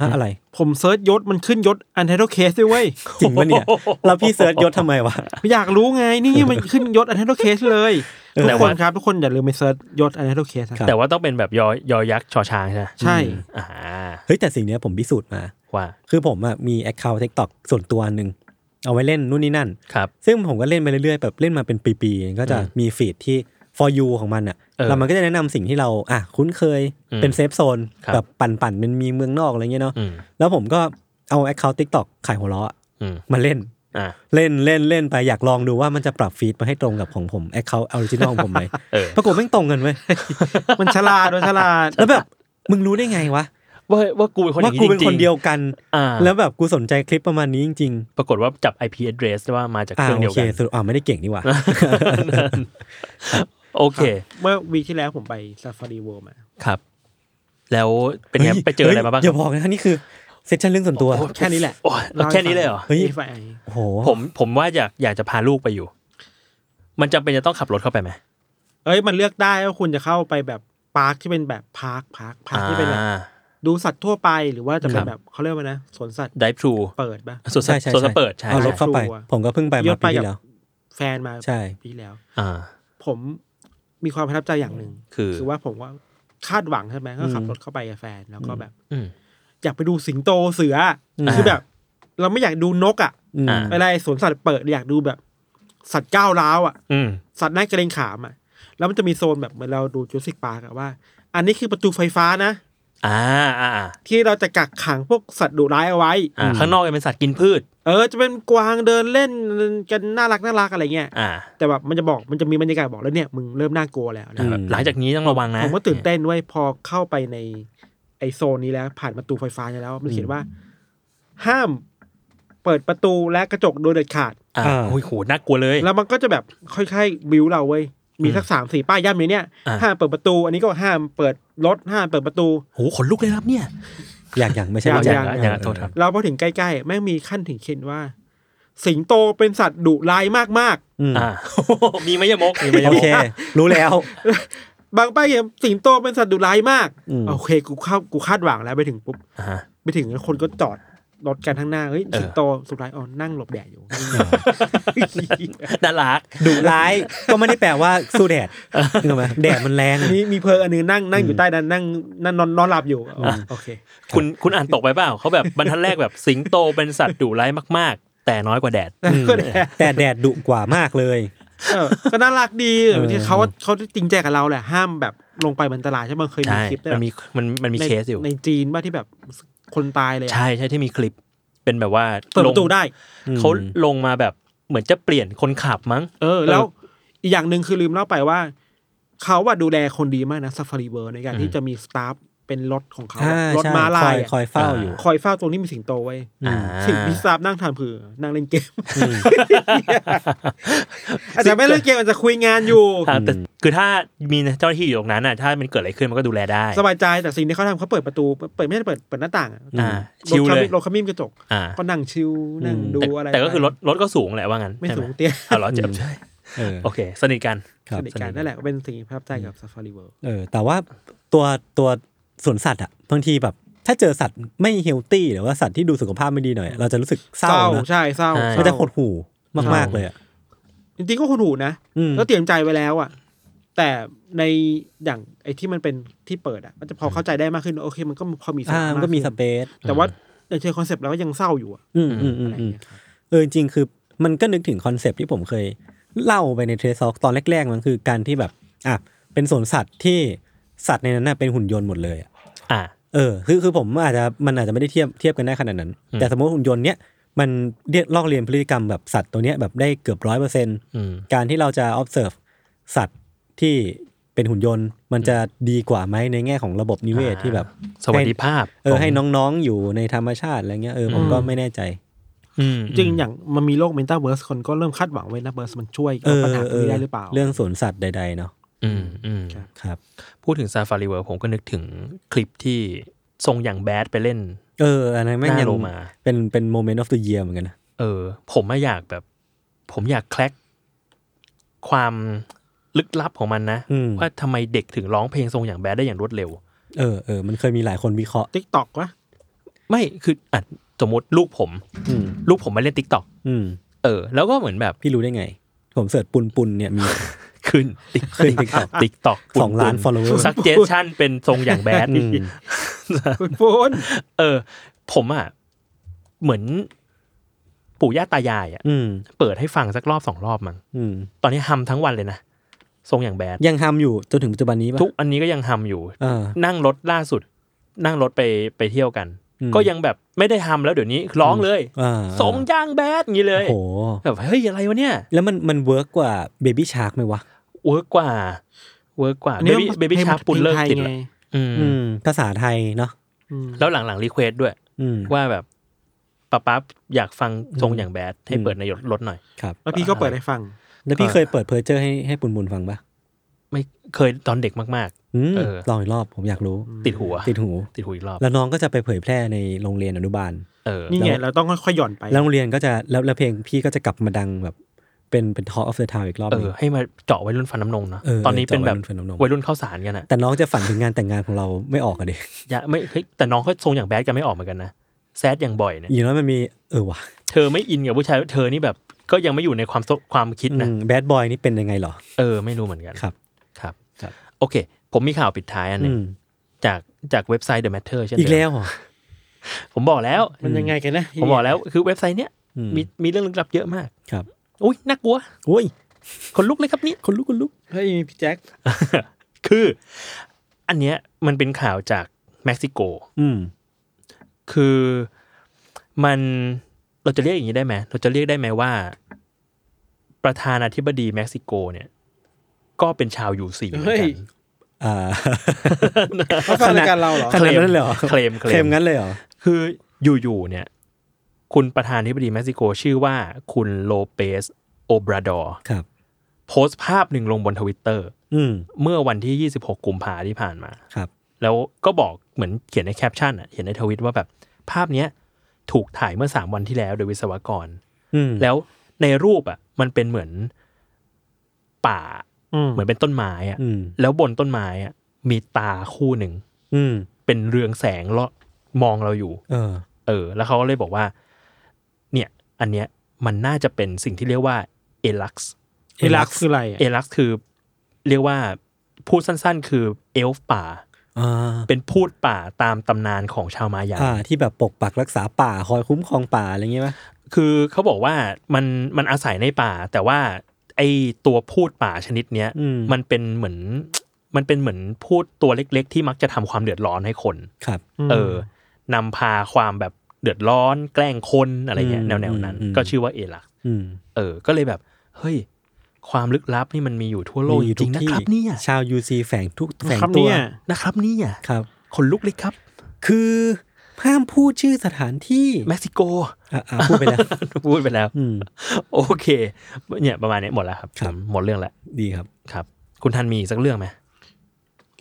Speaker 2: ฮะอะไร
Speaker 4: ผมเซิร์ชยศมันขึ้นยศอันเทอร์เคสด้วยเว้ย
Speaker 2: จริงปะเนี่ยแล้วพี่เสิร์ชยศทำไมวะ
Speaker 4: อยากรู้ไง นี่มัน ขึ้นยศอันเทอร์เคสเลยทุกคนครับทุกคนอย่าลืมไปเซิร์ชยศอันเทอร์เคส
Speaker 2: ครับ
Speaker 3: แต่ว่าต้องเป็นแบบยอยอยักษ์ชอช้างใช่ไหม
Speaker 4: ใช่
Speaker 3: อ่า
Speaker 2: เฮ้ยแต่สิ่งเนี้ยผมพิสูจน์มา
Speaker 3: ว่า
Speaker 2: คือผมอะมี Account TikTok ส่วนตัวอันหนึ่งเอาไว้เล่นนู่นนี่นั่น
Speaker 3: ครับ
Speaker 2: ซึ่งผมก็เล่นไปเรื่อยๆแบบเล่นมาเป็นปีๆก็จะ
Speaker 3: อืม
Speaker 2: มีฟีดที่ for you ของมันอะ
Speaker 3: เออ
Speaker 2: แล้วมันก็จะแนะนำสิ่งที่เราอ่ะคุ้นเคย
Speaker 3: อืม
Speaker 2: เป็นเซฟโซน
Speaker 3: ครับ
Speaker 2: แบบปั่นๆเป็นมีเมืองนอกอะไรเงี้ยเนาะ
Speaker 3: อืม
Speaker 2: แล้วผมก็เอา Account TikTok ขายหัวเราะอะ
Speaker 3: อืม
Speaker 2: มาเล่น
Speaker 3: อ่า
Speaker 2: เล่นเล่นเล่นไปอยากลองดูว่ามันจะปรับฟีดมาให้ตรงกับของผมแอคเคาท์ออริจินอลของผมไหม
Speaker 3: เออ
Speaker 2: ปรากฏแม่งตรง กันเว้ย
Speaker 4: มันฉลาดมันฉลาด
Speaker 2: แล้วแบบมึงรู้ได้ไงวะ
Speaker 3: ว่าว่ากูเป็นคนอ
Speaker 2: ว่า
Speaker 3: ย่าง
Speaker 2: กู
Speaker 3: จริงๆ
Speaker 2: เป็นคนเดียวกัน
Speaker 3: อ่า
Speaker 2: แล้วแบบกูสนใจคลิปประมาณนี้จริง
Speaker 3: ปรากฏว่าจับ IP address ได้ว่ามาจาก
Speaker 2: ๆอ่า
Speaker 3: เครื่องเดีย
Speaker 2: โอ
Speaker 3: ว
Speaker 2: เค
Speaker 3: กัน
Speaker 2: สรุปอ่าไม่ได้เก่งนี่หว่า
Speaker 3: โอเค
Speaker 4: เมื่อวีคที่แล้วผมไป Safari World มา
Speaker 3: ครับ แล้วเป็นไง
Speaker 2: ฮ้ย
Speaker 3: ไปเจออะไรมาบ้าง
Speaker 2: เฮ้ยอย่าบอกนะนี่คือเซสชั่นเรื่องส่วนตัว
Speaker 3: โอ้
Speaker 4: แค่นี้แหละ
Speaker 3: โอ้ยแค่นี้เลยเหรอ
Speaker 2: เฮ้ย
Speaker 4: ไฟ
Speaker 2: โอ้โห
Speaker 3: ผมผมว่าอยากอยากจะพาลูกไปอยู่ มันจำเป็นจะต้องขับรถเข้าไปไหม
Speaker 4: เอ้ยมันเลือกได้ว่าคุณจะเข้าไปแบบพาร์คที่เป็นแบบพาร์คพาร์คพาร์คที่เป็นแบบ
Speaker 3: อ่า
Speaker 4: ดูสัตว์ทั่วไปหรือว่าจะ
Speaker 3: ค
Speaker 4: เป็
Speaker 3: รั
Speaker 4: น
Speaker 3: บ
Speaker 4: แบบเขาเรียกว่านะสวนสัตว์
Speaker 3: Drive thru
Speaker 4: เปิดปะ
Speaker 3: สวนสัต
Speaker 2: ใช่
Speaker 3: ว์
Speaker 2: ใช่
Speaker 3: สวนสัตว์เปิดใช่
Speaker 2: เอารถเข้าไป
Speaker 4: ชัวร์
Speaker 2: ผมก็เพิ่งไป
Speaker 4: ย
Speaker 2: มา
Speaker 4: ศไป
Speaker 2: ปี
Speaker 4: กั
Speaker 2: ที่
Speaker 4: บ
Speaker 2: แล้ว
Speaker 4: แฟนมา
Speaker 2: ใช่
Speaker 4: ปีที่แล้ว
Speaker 3: อ่า
Speaker 4: ผมมีความประทับใจอย่างหนึ่ง
Speaker 3: คือ
Speaker 4: ว่าผมว่าคาดหวังใช่ไหมก็ขับรถเข้าไปกับแฟนแล้วก็แบบ
Speaker 3: อืม
Speaker 4: อยากไปดูสิงโตเสืออ
Speaker 2: ม
Speaker 4: คือแบบ เราไม่อยากดูนกอ่ะ
Speaker 2: อืม
Speaker 3: อ่า
Speaker 4: เวลาไอ้สวนสัตว์เปิดอยากดูแบบ สัตว์ก้าวร้าวอ่ะ
Speaker 3: อืม
Speaker 4: สัตว์น่าเกรงขามอ่ะ แล้วมันจะมีโซนแบบเหมือนเราดูจูสิกปาร์กอะว่า อันนี้คือประตูไฟฟ้านะ
Speaker 3: อ่าอ่าอ่า
Speaker 4: ที่เราจะกักขังพวกสัตว์ดุร้ายเอาไว้
Speaker 3: อ่าข้างนอกยังเป็นสัตว์กินพืช
Speaker 4: เออ จะเป็นกวางเดินเล่นกันน่ารักน่ารักอะไรเงี้ย
Speaker 3: อ่า
Speaker 4: แต่แบบมันจะบอกมันจะมีบรรยากาศบอกแล้วเนี่ยมึงเริ่มน่ากลัวแล้วนะ
Speaker 2: อืม
Speaker 3: หลังจากนี้ต้องระวังนะ
Speaker 4: ผมก็ตื่นเต้นด้วยพอเข้าไปในไอโซนนี้แล้ว ผ่านประตูไฟฟ้าเนี่ยแล้ว มันเขียนว่า ห้ามเปิดประตูและกระจกโดยเด็ดขาด
Speaker 3: อ่าโอ้ยโหน่ากลัวเลย
Speaker 4: แล้วมันก็จะแบบค่อยๆบิวเราเว้ย มีสักสามสี่ป้ายย่ำเลยเนี่ย
Speaker 3: อ่า
Speaker 4: ห้ามเปิดประตู อันนี้ก็ห้ามเปิดรถห้ามเปิดประตู
Speaker 3: โหขนลุกเลยครับเนี่ย
Speaker 2: อยากอยากไม่ใช่
Speaker 4: อยาก
Speaker 2: อยา
Speaker 4: อยาก ก
Speaker 3: อย่าโทษครับ
Speaker 4: เราพอถึงใกล้ๆ แม่งมีขั้นถึงเขียนว่า สิงโตเป็นสัตว์ดุร้ายมาก
Speaker 2: อืม
Speaker 3: อ่า มีไหมยมกมีไหมย
Speaker 2: โอ
Speaker 3: มก
Speaker 2: เค รู้แล้ว
Speaker 4: ๆ บางป้ายเขียนสิงโตเป็นสัตว์ดุร้ายมาก
Speaker 2: อืม
Speaker 4: โอเคกูเข้ากูคาดหวังแล้วไปถึงปุ๊บ
Speaker 3: อ่าฮะ
Speaker 4: ไปถึงคนก็จอดรถกันข้างหน้าเฮ้ย
Speaker 3: เออ
Speaker 4: สิงโตสุดท้ายอ๋อนั่งหลบแดดอยู่
Speaker 3: น่ารัก
Speaker 2: ดุร้ายก็ไม่ได้แปลว่าสู้แดดนึกออกไหมแดดมันแรง
Speaker 4: มีมีเพออันนึงนั่งนั่งอยู่ใต้นั้นนั่งนั่งนอนนอนหลับ อยู่อ๋อโอเค
Speaker 3: คุณคุณอ่านตกไปเปล่าเขาแบบบรรทัดแรกแบบสิงโตเป็นสัตว์ดุร้ายมาก ๆ แต่น้อยกว่าแดด
Speaker 2: อืมแต่แดดดุกว่ามากเลย
Speaker 4: เออก็น่ารักดี
Speaker 2: เออ
Speaker 4: ที่เขาเขาจริงใจกับเราแหละห้ามแบบลงไปมันอันตรายใช่ไหมเคยมี
Speaker 3: ใช่
Speaker 4: คลิปได้
Speaker 3: มัน
Speaker 4: แบบ
Speaker 3: มีมันมันมีเคสอยู่
Speaker 4: ในจีนว่าที่แบบคนตายเลยอะ
Speaker 3: ใช่ใช่ที่มีคลิปเป็นแบบว่า
Speaker 4: เปิดประตู
Speaker 3: ลง
Speaker 4: ได้
Speaker 3: เขาลงมาแบบเหมือนจะเปลี่ยนคนขับมั้ง
Speaker 4: เออ แล้วอีกอย่างหนึ่งคือลืมเล่าไปว่า เขาว่าดูแลคนดีมากนะซัฟฟารีเวิร์ในการ
Speaker 3: อืม
Speaker 4: ที่จะมีสตาฟเป็นรถของเขา
Speaker 2: อ่า
Speaker 4: อะรถ
Speaker 2: ใช่
Speaker 4: มาลาย
Speaker 2: คอ
Speaker 4: อะ
Speaker 2: คอยเฝ้าอยู่
Speaker 4: คอยเฝ้าตรงนี้มีสิงโตไว้ย
Speaker 3: อ่า
Speaker 4: สิ่งที่สตาฟนั่งทำคือนั่งเล่นเกม อาจจะไม่เล่นเกมอาจจะคุยงานอยู่
Speaker 3: อ่าแต่คือถ้ามีเจ้าหน้าที่อยู่ตรงนั้นอ่ะถ้ามันเกิดอะไรขึ้นมันก็ดูแลได้
Speaker 4: สบายใจแต่สิ่งที่เขาทำเขาเปิดประตู เปิดไม่ได้เปิดเปิดหน้าต่างอะ
Speaker 3: อ่า
Speaker 4: ถ
Speaker 3: ชิลเลย
Speaker 4: ขมิ้นรถขมิ้นกระจก
Speaker 3: อ่า
Speaker 4: ก็นั่งชิวนั่ง
Speaker 2: อืม
Speaker 4: ดู
Speaker 3: แต่
Speaker 4: อะไร
Speaker 3: แต่ก็คือรถรถก็สูงแหละว่างั้น
Speaker 4: ไม่
Speaker 3: ใช่ห
Speaker 4: สูงเตี้ย
Speaker 3: อ่าเหรอเจ็บใช่
Speaker 2: เออ
Speaker 3: โอเค สนิทกัน
Speaker 2: ครั
Speaker 4: ส
Speaker 2: บ
Speaker 4: นิทกันนั่นแหละก็เป็นสิ่งที่ประทับใจกับ Safari World
Speaker 2: เออ แต่ว่าตัวตัวสวนสัตว์อะบางทีแบบ ถ้าเจอสัตว์ไม่เฮลตี้หรือว่าสัตว์ที่ดูสุขภาพไม่ดีหน่อยอะเราจะรู้สึกเศร้านะ
Speaker 4: ใช่เศร้า
Speaker 3: ใช่
Speaker 4: เศ
Speaker 2: มัน
Speaker 4: ร้า
Speaker 2: จะหดหู่มากๆเลยอะ
Speaker 4: จริงๆก็คนหูนะ
Speaker 2: อืม
Speaker 4: ก็เตรียมใจไว้แล้วอ่ะ แต่ในอย่างไอ้ที่มันเป็นที่เปิดอ่ะมันจะพอเข้าใจได้มากขึ้นโอเค มันก็พอมีสา
Speaker 2: อ่า
Speaker 4: ระ
Speaker 2: มันก็มีส
Speaker 4: ขึ้น
Speaker 2: เปซ
Speaker 4: แต่ว่าในเชิงคอนเซปต์เราก็ยังเศร้าอยู่อะ
Speaker 2: อืมอืมอืม
Speaker 4: อะไรอ
Speaker 2: อืม
Speaker 4: ย่างเงี้ยครับ
Speaker 2: เออจริงๆคือมันก็นึกถึงคอนเซปต์ที่ผมเคย เล่าไปในเทรซอกตอนแรกๆมันคือการที่แบบอ่ะเป็นสวนสัตว์ที่สัตว์ในนั้นน่ะเป็นหุ่นยนต์หมดเลยอะ
Speaker 3: อ่า
Speaker 2: เออคือคือผมอาจจะมันอาจจะไม่ได้เทียบเทียบกันได้ขนาดนั้น
Speaker 3: อืม
Speaker 2: แต่สมมติหุ่นยนต์เนี้ยมันเรียกลอกเรียนพฤติกรรมแบบสัตว์ตัวเนี้ยแบบได้เกือบร้อยเปอร์เซ็น
Speaker 3: อืม
Speaker 2: การที่เราจะ observe สัตว์ที่ เป็นหุ่นยนต์ มันจะดีกว่าไหมในแง่ของระบบนิเวศที่แบบ
Speaker 3: สวัสดิภาพ
Speaker 2: เออให้
Speaker 3: ขง
Speaker 2: น้องๆอยู่ในธรรมชาติอะไรเงี้ยเออผมก็
Speaker 4: อืม
Speaker 2: ไม่แน่ใจ
Speaker 3: อืม
Speaker 4: จริงอย่างมันมีโลกเมตาเวิร์สคนก็เริ่มคาดหวังไว้นะเวิร์สมันช่วย
Speaker 2: เออ
Speaker 4: แก้ปัญหาต
Speaker 2: เอ
Speaker 4: ร
Speaker 2: อ
Speaker 4: งนี้ได้หรือเปล่า
Speaker 2: เรื่องสวนสัตว์ใดๆเนาะ
Speaker 3: อืมอืม
Speaker 4: ครับ
Speaker 2: ครับ
Speaker 3: พูดถึงซาฟารีเวิร์ผมก็นึกถึงคลิปที่ทรงอย่างแบดไปเล่น
Speaker 2: เอออันนั้นแม่ง
Speaker 3: หน้า
Speaker 2: ยัง
Speaker 3: โลมา
Speaker 2: เป็นเป็นโมเมนต์ of the year เหมือนกันนะ
Speaker 3: เออ ผมไม่อยากแบบ ผมอยากแคลกความลึกลับของมันนะ
Speaker 2: อืม
Speaker 3: ว่าทำไมเด็กถึงร้องเพลงทรงอย่างแบดได้อย่างรวดเร็ว
Speaker 2: เออเออมันเคยมีหลายคนวิเคราะห์
Speaker 4: ติ๊กตอกวะ
Speaker 3: ไม่คืออ่ะสมมติลูกผม
Speaker 2: อืม
Speaker 3: ลูกผมมาเล่นติ๊กต็อก
Speaker 2: อืม
Speaker 3: เออ แล้วก็เหมือนแบบ
Speaker 2: พี่รู้ได้ไง ผมเสิร์ชปุนปุนเนี่ยมี
Speaker 3: ขึ้นติ๊ก
Speaker 2: ขึ้น TikTok
Speaker 3: ติ๊กต็อก
Speaker 2: สองล้าน follower
Speaker 3: ซักเจชันเป็นทรงอย่างแบด
Speaker 2: อืม
Speaker 4: คุณพูน
Speaker 3: เออ ผมอ่ะ เหมือนปู่ย่าตายายอ่ะ
Speaker 2: อืม
Speaker 3: เปิดให้ฟังสักรอบสองรอบมั้ง
Speaker 2: อืม
Speaker 3: ตอนนี้ฮัมทั้งวันเลยนะ ทรงอย่างแบด
Speaker 2: ยังทำอยู่จนถึงปัจจุบันนี้ปะ
Speaker 3: ทุกอันนี้ก็ยังฮัมอยู่
Speaker 2: เออ
Speaker 3: นั่งรถล่าสุด นั่งรถไปไปเที่ยวกัน
Speaker 2: อืม
Speaker 3: ก็ยังแบบไม่ได้ฮัมแล้วเดี๋ยวนี้ร้องเลย
Speaker 2: อ่า
Speaker 3: ทรงอย่างแบดอย่างนี้เล
Speaker 2: โอ้
Speaker 3: ย
Speaker 2: โห
Speaker 3: แบบเฮ้ยอะไรวะเนี่ย
Speaker 2: แล้วมันมันเวิร์กกว่าเบบี้ชาร์กไหมวะ
Speaker 3: เวิร์กกว่าเวิร์กกว่าเบบี้
Speaker 4: มั
Speaker 3: เบบี้
Speaker 4: พลง
Speaker 3: ชาร์ปุน
Speaker 4: พง
Speaker 3: เลิก
Speaker 4: ไทย
Speaker 3: ติด
Speaker 4: ไง
Speaker 3: ละอืม
Speaker 2: อืม ภาษาไทยเนาะ
Speaker 4: อืม
Speaker 3: แล้วหลังๆรีเควสด้วย
Speaker 2: อืม
Speaker 3: ว่าแบบป๊าป๊าอยากฟังทรงอย่างแบดให้
Speaker 2: อืม
Speaker 3: เปิดในรถหน่อย
Speaker 2: ครับ
Speaker 4: แล้วพี่ก็เปิดให้ฟัง
Speaker 2: แล้วพี่เคยเปิดเพอร์เจอร์ให้ให้ปุนปุนฟังปะ
Speaker 3: ไม่เคยตอนเด็กมาก
Speaker 2: อืม
Speaker 3: เออ
Speaker 2: ลองอีกรอบผมอยากรู้
Speaker 3: ๆ ติดหัว
Speaker 2: ติดหู
Speaker 3: ติดหูอีกรอบ
Speaker 2: แล้วน้องก็จะไปเผยแพร่ในโรงเรียนอนุบาล
Speaker 3: เออ
Speaker 4: นี่ไงเราต้องค่อยๆหย่อนไป
Speaker 2: แล้วโรงเรียนก็จะแล้วแล้วเพลงพี่ก็จะกลับมาดังแบบ เป็นเป็น Talk of the Town อีกรอบ
Speaker 3: เอ
Speaker 2: หนึง
Speaker 3: อ ให้มาเจาะวัยรุ่นฟันน้ำนมเนาะ
Speaker 2: เออ
Speaker 3: ตอนนี้เป็นแบบ
Speaker 2: เจาะวัยรุ่นฟันน้ำนม
Speaker 3: วัยรุ่นเข้าสารกันอะ
Speaker 2: แต่น้องจะฝันถึงงานแต่งงานของเราไม่ออกอะ เด็ก
Speaker 3: อย่าไม่เฮ้ยแต่น้องเขาทรงอย่างแบดกันไม่ออกเหมือนกันนะแซดอย่างบ่อยเนี่ย
Speaker 2: อย่างน้อยมันมีเออว่ะ
Speaker 3: เธอไม่อินกับผู้ชายเธอนี่แบบ ก็ยังไม่อยู่ในความทรงความคิดนะ
Speaker 2: แบดบอยนี่เป็นยังไงเหรอ
Speaker 3: เออไม่รู้เหมือนกัน
Speaker 2: ครับ
Speaker 3: ครับ
Speaker 2: ครับ
Speaker 3: โอเค ผมมีข่าวปิดท้ายอันหนึ
Speaker 2: อื
Speaker 3: ง
Speaker 2: ม
Speaker 3: จากจากเว็บไซต์ The Matter เช่น
Speaker 2: อีก
Speaker 3: เดิม
Speaker 2: แล้วเหรอ
Speaker 3: ผมบอกแล้ว
Speaker 4: มันยังไงกันนะ
Speaker 3: ผมบอกแล้วคือเว็บไซต์เนี้ย
Speaker 2: อื
Speaker 3: มีมีเรื่องลึกลับเยอะมาก
Speaker 2: ครับ
Speaker 3: อุ้ยน่ากลัว
Speaker 2: โอ้ย
Speaker 3: คนลุกเลยครับเนี่ย
Speaker 2: คนลุกคนลุก
Speaker 4: เฮ้ยมีพี่แจ็ค
Speaker 3: คือ อันเนี้ยมันเป็นข่าวจากเม็กซิโก
Speaker 2: อืม
Speaker 3: คือมันเราจะเรียกอย่างนี้ได้ไหมเราจะเรียกได้ไหมว่า ประธานาธิบดีเม็กซิโกเนี่ย ก็เป็นชาวยูซีเหมือน
Speaker 4: เฮ้ย
Speaker 3: กั
Speaker 2: อ่า
Speaker 4: เขาฟังรายการเราเหรอ
Speaker 2: ขนาดนั้นเลยเหรอ
Speaker 3: เคลมเคล
Speaker 2: เคล
Speaker 3: ม
Speaker 2: มงั้นเลยเหรอ
Speaker 3: คืออยู่ๆเนี่ย คุณประธานาธิบดีเม็กซิโกชื่อว่าคุณโลเปสโอบราดอร์
Speaker 2: ครับ
Speaker 3: โพสต์ภาพหนึ่งลงบนทวิตเตอร์
Speaker 2: อืม
Speaker 3: เมื่อวันที่ 26 กุมภาที่ผ่านมา
Speaker 2: ครับ
Speaker 3: แล้วก็บอกเหมือนเขียนในแคปชั่นอ่ะเขียนในทวิตว่าแบบ ภาพเนี้ยถูกถ่ายเมื่อสามวันที่แล้วโดยวิศวกร
Speaker 2: อืม
Speaker 3: แล้วในรูปอ่ะ มันเป็นเหมือนป่า
Speaker 4: อืม
Speaker 3: เหมือนเป็นต้นไม้อ่ะ
Speaker 2: อืม
Speaker 3: แล้วบนต้นไม้อ่ะ มีตาคู่หนึ่ง
Speaker 2: อืม
Speaker 3: เป็นเรืองแสงเลาะมองเราอยู่
Speaker 2: เออ
Speaker 3: เออ แล้วเขาก็เลยบอกว่า เนี่ย อันเนี้ยมันน่าจะเป็นสิ่งที่เรียกว่าเอลักซ์
Speaker 4: เอลักคืออะไรอะ
Speaker 3: เอลักซ์คือเรียกว่าพูดสั้นๆ คือเอลฟ์ป่า
Speaker 2: อ่า
Speaker 3: เป็นพูดป่าตามตำนานของชาวมายา
Speaker 2: อ่าที่แบบปกปักรักษาป่าคอยคุ้มครองป่าอะไรเงี้ยไหม
Speaker 3: คือเขาบอกว่ามันมันอาศัยในป่า แต่ว่าไอตัวพูดป่าชนิดเนี้ย
Speaker 2: อืม
Speaker 3: มันเป็นเหมือนมันเป็นเหมือนพูดตัวเล็ก ๆ ที่มักจะทำความเดือดร้อนให้คน
Speaker 2: ครับ
Speaker 3: เออนำพาความแบบเดือดร้อนแกล้งคนอะไรเงี้ย
Speaker 2: อืม
Speaker 3: แนวๆนั้น
Speaker 2: อืม
Speaker 3: ก็ชื่อว่าเอลักซ์
Speaker 2: อืม
Speaker 3: เออ ก็เลยแบบ เฮ้ย ความลึกลับนี่มันมีอยู่ทั่วโลก
Speaker 2: มี
Speaker 3: จ
Speaker 2: อยู่ทุ
Speaker 3: ริ
Speaker 2: ก
Speaker 3: งๆนะ
Speaker 2: ที่
Speaker 3: ครับเนี่ย
Speaker 2: ชาวยูซีแฝงทุกแฝง
Speaker 4: ครับ
Speaker 2: ตัว
Speaker 4: เนี่ย
Speaker 3: นะครับเนี่ย
Speaker 2: ครับ
Speaker 3: คนลุกเลยครับ
Speaker 2: คือห้ามพูดชื่อสถานที่
Speaker 3: เม็กซิโก
Speaker 2: อ่ะอ่ะพูดไปแล้ว
Speaker 3: พูดไปแล้ว
Speaker 2: อืม
Speaker 3: โอเค เนี่ยประมาณนี้หมดแล้วครับ
Speaker 2: ครับ
Speaker 3: หมดเรื่องแล้ว
Speaker 2: ดีครับ
Speaker 3: ครับ คุณทันมีอีกสักเรื่องไหม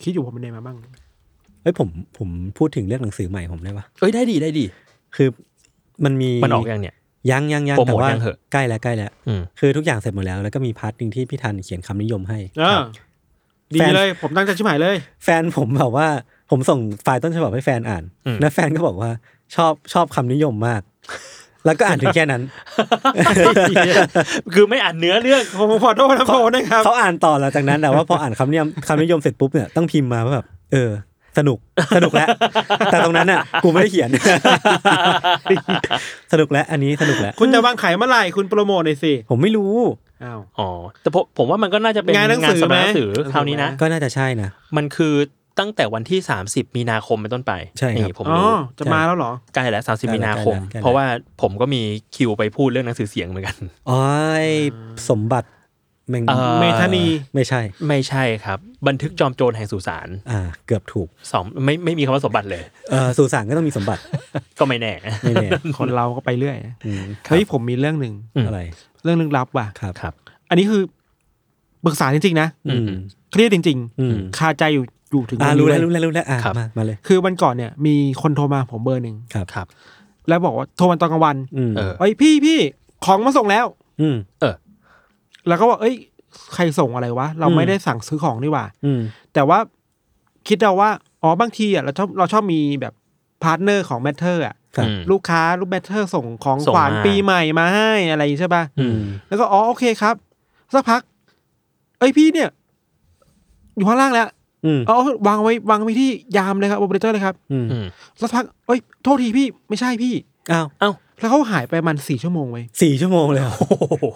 Speaker 4: คิดอยู่ผมเป็นไงมาบ้าง
Speaker 2: เอ้ยผมผมพูดถึงเรื่องหนังสือใหม่ผมได้ปะ
Speaker 3: เอ้ยได้ดีได้ดี
Speaker 2: คือมันมี
Speaker 3: มันออกยังเนี่ย
Speaker 2: ยังยังยัง
Speaker 3: โปรโมท
Speaker 2: แต่ว่า
Speaker 3: ยังเหอะ
Speaker 2: ใกล้แล้วใกล้แล้ว
Speaker 3: อืม
Speaker 2: คือทุกอย่างเสร็จหมดแล้วแล้วก็มีพาร์ทหนึ่งที่พี่ทันเขียนคำนิยมให้
Speaker 4: เออ ดีเลย ผมตั้งใจชิบหายเลย
Speaker 2: แฟนผมแบบว่าผมส่งไฟล์ต้นฉบับให้แฟนอ่าน
Speaker 3: อืม
Speaker 2: แล้วแฟนก็บอกว่าชอบชอบคำนิยมมาก แล้วก็อ่านถึงแค่ นั้น
Speaker 3: คือไม่อ่านเนื้อเรื่อง
Speaker 4: ผมขอโทษนะผมนะครับ
Speaker 2: เขาอ่านต่อหลังจากนั้นแต่ว่าพออ่านคำนิยมคำนิยมเสร็จปุ๊บเนี่ยต้องพิมพ์มาว่าแบบเออ สนุกสนุกแล้ว แต่ตรงนั้นอ่ะกูไม่ได้เขียน สนุกแล้ว อันนี้สนุกแล้ว
Speaker 4: คุณจะวางขายเมื่อไหร่คุณโปรโมทหน่อยสิ
Speaker 2: ผมไม่รู้
Speaker 4: อ้าว
Speaker 3: อ๋อ แต่ผมผมว่ามันก็น่าจะเป็น
Speaker 4: งานหนังสือ
Speaker 3: สำนัก
Speaker 4: ไหม
Speaker 3: หนังสือคราวนี้นะ
Speaker 2: ก็น่าจะใช่นะ
Speaker 3: มันคือตั้งแต่วันที่ 30 มีนาคมเป็นต้นไป
Speaker 2: ใช่ครับ
Speaker 3: นี่ผม
Speaker 4: อ๋อ
Speaker 3: รู้
Speaker 4: จะมาแล้วเหรอ
Speaker 3: ใกล้แล้ว30 มีนาคม
Speaker 2: ใกล้แล้วใกล้แล้ว
Speaker 3: เพราะว่าผมก็มีคิวไปพูดเรื่องหนังสือเสียงเหมือนกัน
Speaker 2: อ๋อไอ้สมบัติ แมง
Speaker 3: เอ่อ
Speaker 4: เมธานี
Speaker 2: ไม่ใช่
Speaker 3: ไม่ใช่ครับ บันทึกจอมโจรแห่งสุสาน
Speaker 2: อ่า เกือบถูก
Speaker 3: สองไม่ไม่มีคำว่าสมบัติเลย
Speaker 2: เอ่อสุสานก็ต้องมีสมบัติ
Speaker 3: ก็ไม่แน่
Speaker 2: ไม่แน่
Speaker 4: คนเราก็ไปเรื่อยนะ
Speaker 2: อืม
Speaker 4: เฮ้ยผมมีเรื่องหนึ่ง
Speaker 3: อืม
Speaker 2: อะไร
Speaker 4: เรื่องลึกลับว่ะ
Speaker 2: ครับ
Speaker 3: ครับ
Speaker 4: อันนี้คือปรึกษาจริงๆนะ
Speaker 2: อืม
Speaker 4: เครียดจริง
Speaker 2: อืม
Speaker 4: คาใจอยู่อยู่ถึง
Speaker 2: อ่า
Speaker 4: วันนี้
Speaker 2: รู้แล้ว
Speaker 4: เย
Speaker 2: รู้แล้วรู้แล้วอ่า
Speaker 3: ครับ
Speaker 2: มามาเลย
Speaker 4: คือวันก่อนเนี่ย มีคนโทรมาผมเบอร์หนึ่ง
Speaker 2: ครับ
Speaker 3: ครับ
Speaker 4: แล้วบอกว่าโทรมาตอนกลางวัน
Speaker 2: อืม
Speaker 3: เออ
Speaker 4: เอ้ยพี่พี่ของมาส่งแล้ว
Speaker 2: อืม
Speaker 4: แล้วก็ว่าเอ้ย ใครส่งอะไรวะ เรา
Speaker 2: อืม
Speaker 4: ไม่ได้สั่งซื้อของนี่หว่า
Speaker 2: อืม
Speaker 4: แต่ว่าคิดเราว่า อ๋อบางทีอ่ะเราชอบเราชอบมีแบบพาร์ทเนอร์ของแมทเทอร์อ่ะ
Speaker 2: ครับ
Speaker 3: อืม
Speaker 4: ลูกค้าลูกแมทเทอร์ส่งของ
Speaker 3: ส่ง
Speaker 4: ขวัญ
Speaker 3: มา
Speaker 4: ปีใหม่มาให้อะไรใช่ป่ะ
Speaker 2: อืม
Speaker 4: แล้วก็อ๋อโอเคครับ สักพัก เอ้ยพี่เนี่ย อยู่ข้างล่างแล้ว
Speaker 2: อืม
Speaker 4: เอ๋อาวางไว้วางไว้ที่ยามเลยครับโอเปอเรเตอร์เลยครับ
Speaker 2: อืม
Speaker 3: อืม
Speaker 4: สักพักเอ้ยโทษทีพี่ไม่ใช่พี่
Speaker 2: อ้าว
Speaker 3: เอ้า
Speaker 4: แล้วเขาหายไปประมันสี่ชั่วโมงไว้ย
Speaker 2: สี่ชั่วโมงเลยเหรอ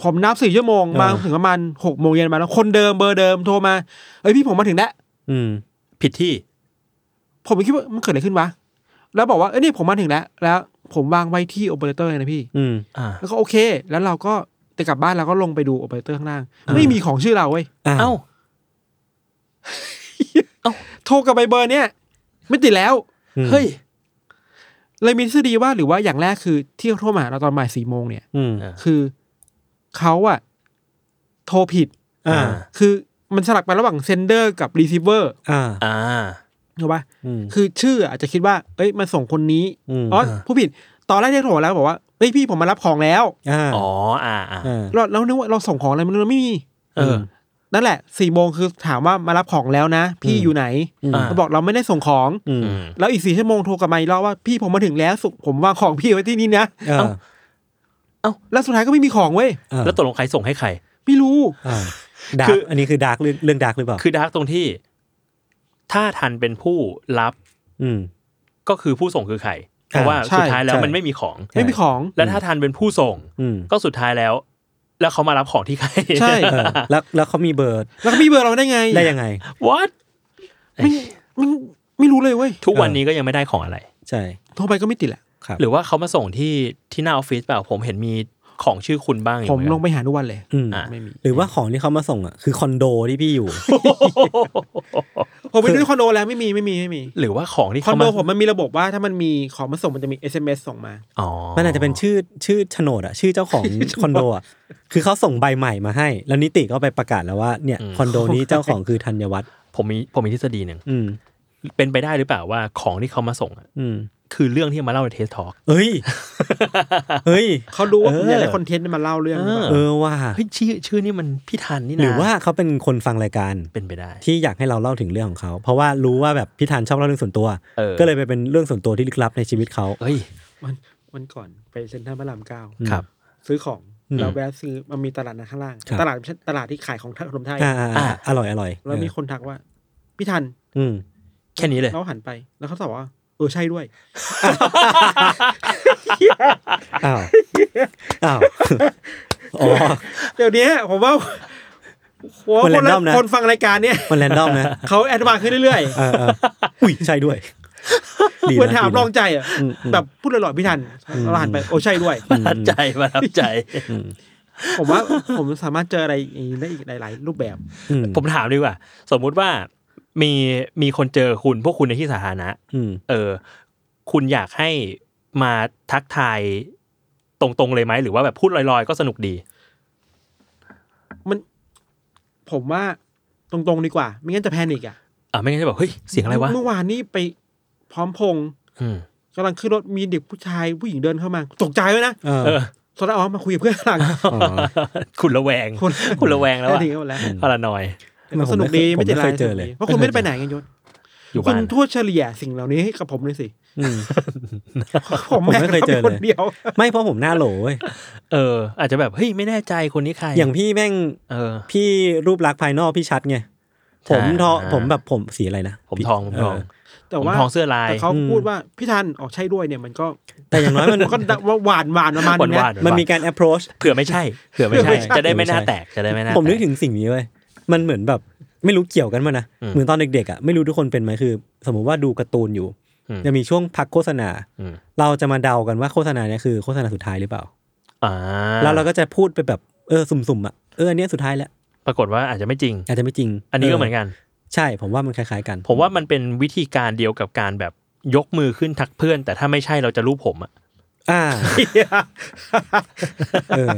Speaker 4: ผมนับสี่ชั่วโมง
Speaker 2: เออ
Speaker 4: มาถึงประมาณหกโมงเย็นมาแล้วคนเดิมเบอร์เดิมโทรมาเอ้ยพี่ผมมาถึงแล้ว
Speaker 2: อืม
Speaker 3: ผิดที่
Speaker 4: ผมก็คิดว่ามันเกิดอะไรขึ้นวะแล้วบอกว่าเอ้ยนี่ผมมาถึงแล้ว แล้ว ผมวางไว้ที่โอเปอเรเตอร์เลยนะพี่
Speaker 2: อืม
Speaker 3: อ่า
Speaker 4: แล้วก็โอเค แล้วเราก็จะกลับบ้านเราก็ลงไปดูโอเปอเรเตอร์ข้างล่าง
Speaker 3: อ่า
Speaker 4: ไม่มีของชื่อเราเว้ย
Speaker 2: อ้าว
Speaker 3: เอ้า
Speaker 4: โทรกลับไปเบอร์เนี้ยไม่ติดแล้ว
Speaker 2: อืม
Speaker 3: เฮ้ย
Speaker 4: เลยมีทฤษฎีว่าหรือว่าอย่างแรกคือที่เขาโทรมาหาเราตอนบ่ายสี่โมงเนี่ย
Speaker 2: อืม
Speaker 4: คือเขาอะโทรผิด
Speaker 2: อ่า
Speaker 4: คือมันสลับไประหว่างเซนเดอร์กับรีเซิเวอร์
Speaker 2: อ่า
Speaker 3: อ่า
Speaker 4: ถูกปะ
Speaker 2: อืม
Speaker 4: คือชื่ออาจจะคิดว่า เอ้ยมันส่งคนนี้
Speaker 2: อืม
Speaker 4: อ๋อผู้ผิด ตอนแรกที่โทรแล้วบอกว่าเอ้ยพี่ผมมารับของแล้ว
Speaker 2: อ่า
Speaker 3: อ๋อ อ่าอ่า
Speaker 2: อ่า
Speaker 4: เราเรานึกว่าเราส่งของอะไรไมันไม่มี
Speaker 3: เออ
Speaker 4: นั่นแหละสี่โมงคือถามว่ามารับของแล้วนะ พี่
Speaker 2: อืม
Speaker 4: อยู่ไหน
Speaker 2: อืม
Speaker 3: อ่า
Speaker 4: เขาบอกเราไม่ได้ส่งของ
Speaker 2: อืม
Speaker 3: อืม
Speaker 4: แล้วอีกสี่ชั่วโมงโทรกลับมาอีกรอบว่าพี่ผมมาถึงแล้วสุผมวางของพี่ไว้ที่นี่นะ
Speaker 2: อ่า
Speaker 4: แล้วสุดท้ายก็ไม่มีของเว้ย
Speaker 2: อ่า
Speaker 3: แล้วตกลงใครส่งให้ใคร
Speaker 4: ไม่รู้
Speaker 2: อ่าดาร์
Speaker 3: คื
Speaker 2: ก
Speaker 3: ออั
Speaker 2: อันนี้คือดาร์กเรื่องเรื่องดาร์กหรือเปล่า
Speaker 3: คือดาร์กตรงที่ ถ้าทันเป็นผู้รับ
Speaker 2: อืม
Speaker 3: ก็คือผู้ส่งคือใคร เพราะว่า
Speaker 4: ใช่
Speaker 3: สุดท้ายแล้ว
Speaker 2: ใช่
Speaker 3: มันไม่มีของ
Speaker 2: ใช่
Speaker 4: ไม่มีของ
Speaker 3: และถ้าทันเป็นผู้ส่ง
Speaker 2: อืม
Speaker 3: ก็สุดท้ายแล้ว แล้วเขามารับของที่ใคร
Speaker 4: ใช่
Speaker 2: เออแล้วแล้วเขามีเบอร์
Speaker 4: แล้วก็มีเบอร์เราได้ไง
Speaker 2: ได้ยังไง
Speaker 3: what
Speaker 4: ไม่ไม่ไม่รู้เลยเว้ย
Speaker 3: ทุกวันนี้ก็ยังไม่ได้ของอะไร
Speaker 2: ใช่
Speaker 4: โทรไปก็ไม่ติดแหละ
Speaker 2: ครับ
Speaker 3: หรือว่าเขามาส่งที่ที่หน้าออฟฟิศเปล่าผมเห็นมีของชื่อคุณบ้างอยู่
Speaker 4: ผม
Speaker 3: เหอนกัน
Speaker 4: ลงไปหาทุกวันเลย
Speaker 2: อืม
Speaker 3: อ่ะ
Speaker 4: ไม่มี
Speaker 2: หรือว่าของที่เขามาส่งอ่ะคือคอนโดที่พี่อยู่
Speaker 4: ผมไปดูที่คอนโดแล้วไม่มีไม่มีไม่มี
Speaker 3: หรือว่าของที่
Speaker 4: คอน
Speaker 3: เขา
Speaker 4: โด
Speaker 3: มา
Speaker 4: ผมมันมีระบบว่าถ้ามันมีของมาส่งมันจะมี SMS ส่งมา
Speaker 3: อ๋อ
Speaker 2: มันอาจจะเป็นชื่อชื่อโฉนดอ่ะชื่อเจ้าของคอนโดอ่ะคือเขาส่งใบใหม่มาให้ แล้วนิติก็ไปประกาศแล้วว่าเนี่ยคอนโดนี้เจ้าของคือธัญวัฒน์
Speaker 3: ผมมีผมมีทฤษฎีหนึ่ง
Speaker 2: อืม
Speaker 3: เป็นไปได้หรือเปล่าว่าของที่เขามาส่งอะ
Speaker 2: อืม
Speaker 3: คือเรื่องที่มาเล่าในเทสทอล์ก
Speaker 2: เอ้ย เฮ้ย
Speaker 4: เขารู้ว่า
Speaker 2: เออ
Speaker 4: ผมอยากได้คอนเทนต์มาเล่าเรื่องหรือเป
Speaker 3: เ
Speaker 4: ล่า
Speaker 2: เออว่า
Speaker 3: เฮ้ยชื่อชื่อนี่มันพี่ทันนี่นะ
Speaker 2: หรือว่าเขาเป็นคนฟังรายการ
Speaker 3: เป็นไปได้
Speaker 2: ที่อยากให้เราเล่าถึงเรื่องของเขา เพราะว่ารู้ว่าแบบพี่ธันชอบเล่าเรื่องส่วนตัว
Speaker 3: เออ
Speaker 2: ก็เลยไปเป็นเรื่องส่วนตัวที่ลึกลับในชีวิตเขา
Speaker 3: เฮ้ย
Speaker 4: วันวันก่อนไปเซ็นทรัลพระรามเก้า
Speaker 3: ครับ
Speaker 4: ซื้อของ
Speaker 2: อืม
Speaker 4: เราแวะซื้อมันมีตลาดนัดข้างล่าง
Speaker 2: ครับ
Speaker 4: ตลาดตลาดที่ขายของขนมไทย
Speaker 2: อ่าอ่าอ่าอร่อยอร่อย
Speaker 4: แล้วมีคนทักว่าพี่ทัน
Speaker 2: อืม
Speaker 3: แค่นี้เลย
Speaker 4: เราหันไปแล้วเขาตอบว่า เออใช่ด้วย
Speaker 2: อ้าวอ้าวอ๋อ
Speaker 4: เดี๋ยวนี้ผมว่าโอ้โห
Speaker 2: มัน
Speaker 4: คน
Speaker 2: random
Speaker 4: ละ
Speaker 2: นะ
Speaker 4: คนฟังรายการเนี่ย
Speaker 2: มันแรนดอมนะ
Speaker 4: เขาแอดวานซ์ขึ้นเรื่อย
Speaker 2: เออเอออุ้ยใช่ด้วย
Speaker 4: ๆ
Speaker 2: ดีะ
Speaker 4: เหมือนถาม
Speaker 2: ดีะ
Speaker 4: ลองใจอ่ะ
Speaker 2: อืมอืม
Speaker 4: แบบพูดหล่อๆพี่ทัน
Speaker 2: อืม
Speaker 4: เราหันไปโอ้ใช่ด้วย
Speaker 3: ประทับใจประทับใจ
Speaker 2: อืม
Speaker 4: ผมว่าผมสามารถเจออะไรอย่างนี้ได้อีกหลายๆ รูปแบบ
Speaker 2: อืม
Speaker 3: ผมถามดีกว่า สมมุติว่ามีมีคนเจอคุณพวกคุณในที่สาธารณะ
Speaker 2: อืม
Speaker 3: เออ คุณอยากให้มาทักทายตรงๆเลยไหมหรือว่าแบบพูดลอยๆ ก็สนุกดี
Speaker 4: มัน ผมว่าตรงๆดีกว่า ไม่งั้นจะแพนิกอ่ะ
Speaker 3: อ่ะไม่งั้นจะแบบเฮ้ยเสียงอะไรวะ
Speaker 4: เมื่อวานนี้ไปพร้อมพงษ์
Speaker 3: อืม
Speaker 4: กำลังขึ้นรถมีเด็กผู้ชายผู้หญิงเดินเข้ามา ตกใจเลยนะ
Speaker 2: เออ
Speaker 3: เออ
Speaker 4: สอนออมาคุยกับเพื่อนหลัง
Speaker 2: อ๋อ
Speaker 3: คุณระแวง
Speaker 4: คน
Speaker 3: คุณระแวงแล้ว
Speaker 4: แพ
Speaker 3: อะ
Speaker 4: นิคหมดแล้ว
Speaker 3: พารานอย
Speaker 4: แต่ก็สนุกดี
Speaker 2: ผมไม่
Speaker 4: ไม่
Speaker 2: เคย
Speaker 4: ติดอะไร
Speaker 2: เจอเลย
Speaker 4: เพราะคุณไม่ได้ไปไหนกันยศ
Speaker 3: อยู่
Speaker 4: คุ
Speaker 3: บ้า
Speaker 4: ณ
Speaker 3: น
Speaker 4: ทั่วดเฉลี่ยสิ่งเหล่านี้ให้กับผมเลยสิ
Speaker 2: อืม
Speaker 4: ผม
Speaker 2: ผม
Speaker 4: แม่
Speaker 2: ไม่
Speaker 4: ง
Speaker 2: เคยเจอเลย
Speaker 4: ทำคนเดียว
Speaker 2: ไม่เพราะผมหน้าโหลเว้ย
Speaker 3: เออ อาจจะแบบเฮ้ยไม่แน่ใจคนนี้ใคร
Speaker 2: อย่างพี่แม่ง
Speaker 3: เออ
Speaker 2: พี่รูปลักษณ์ภายนอกพี่ชัดไง
Speaker 3: ใช่
Speaker 2: ผมทอง
Speaker 3: อ่า
Speaker 2: ผมแบบผมสีอะไรนะ
Speaker 3: ผม
Speaker 2: พี่
Speaker 3: ทองผมทอง
Speaker 2: เ
Speaker 4: แต่
Speaker 3: ผม
Speaker 4: ว่า
Speaker 3: ทองเสื้อลาย
Speaker 4: แต่เขาพูดว่าพี่ทันออกใช่ด้วยเนี่ยมันก็
Speaker 2: แต่อย่าง น้อยมัน
Speaker 4: มันก็หวานหวานๆประมาณ
Speaker 3: หวาน
Speaker 4: นึง
Speaker 3: หวา
Speaker 4: นะ
Speaker 3: น
Speaker 2: มันมีการ approach
Speaker 3: เผื่อไม่ใช่เผื่อไม่ใช่
Speaker 4: เผื่อไม่ใช่
Speaker 3: จะได้ไม่หน่าแตกจะได้ไม่หน่าแต
Speaker 2: ผมนึกถึงสิ่งนี้เว้ยมันเหมือนแบบไม่รู้เกี่ยวกันมานะ
Speaker 3: อืม
Speaker 2: เหมือนตอนเด็กๆอ่ะไม่รู้ทุกคนเป็นไหมคือ สมมุติว่าดูการ์ตูนอยู่
Speaker 3: อืม
Speaker 2: จะมีช่วงพักโฆษณา
Speaker 3: อืม
Speaker 2: เราจะมาเดากันว่าโฆษณาเนี่ยคือโฆษณาสุดท้ายหรือเปล่า
Speaker 3: อ่า
Speaker 2: แล้วเราก็จะพูดไปแบบเออสุ่มๆอ่ะเอออันเนี้ยสุดท้ายแล้ว
Speaker 3: ปรากฏว่าอาจจะไม่จริง
Speaker 2: อาจจะไม่จริง
Speaker 3: อันนี้ก็เหมือนกัน
Speaker 2: ใช่ ผมว่ามันคล้ายๆกัน
Speaker 3: ผมว่ามันเป็นวิธีการเดียวกับการแบบยกมือขึ้นทักเพื่อน แต่ถ้าไม่ใช่เราจะรูปผมอะ
Speaker 2: อ่า เออ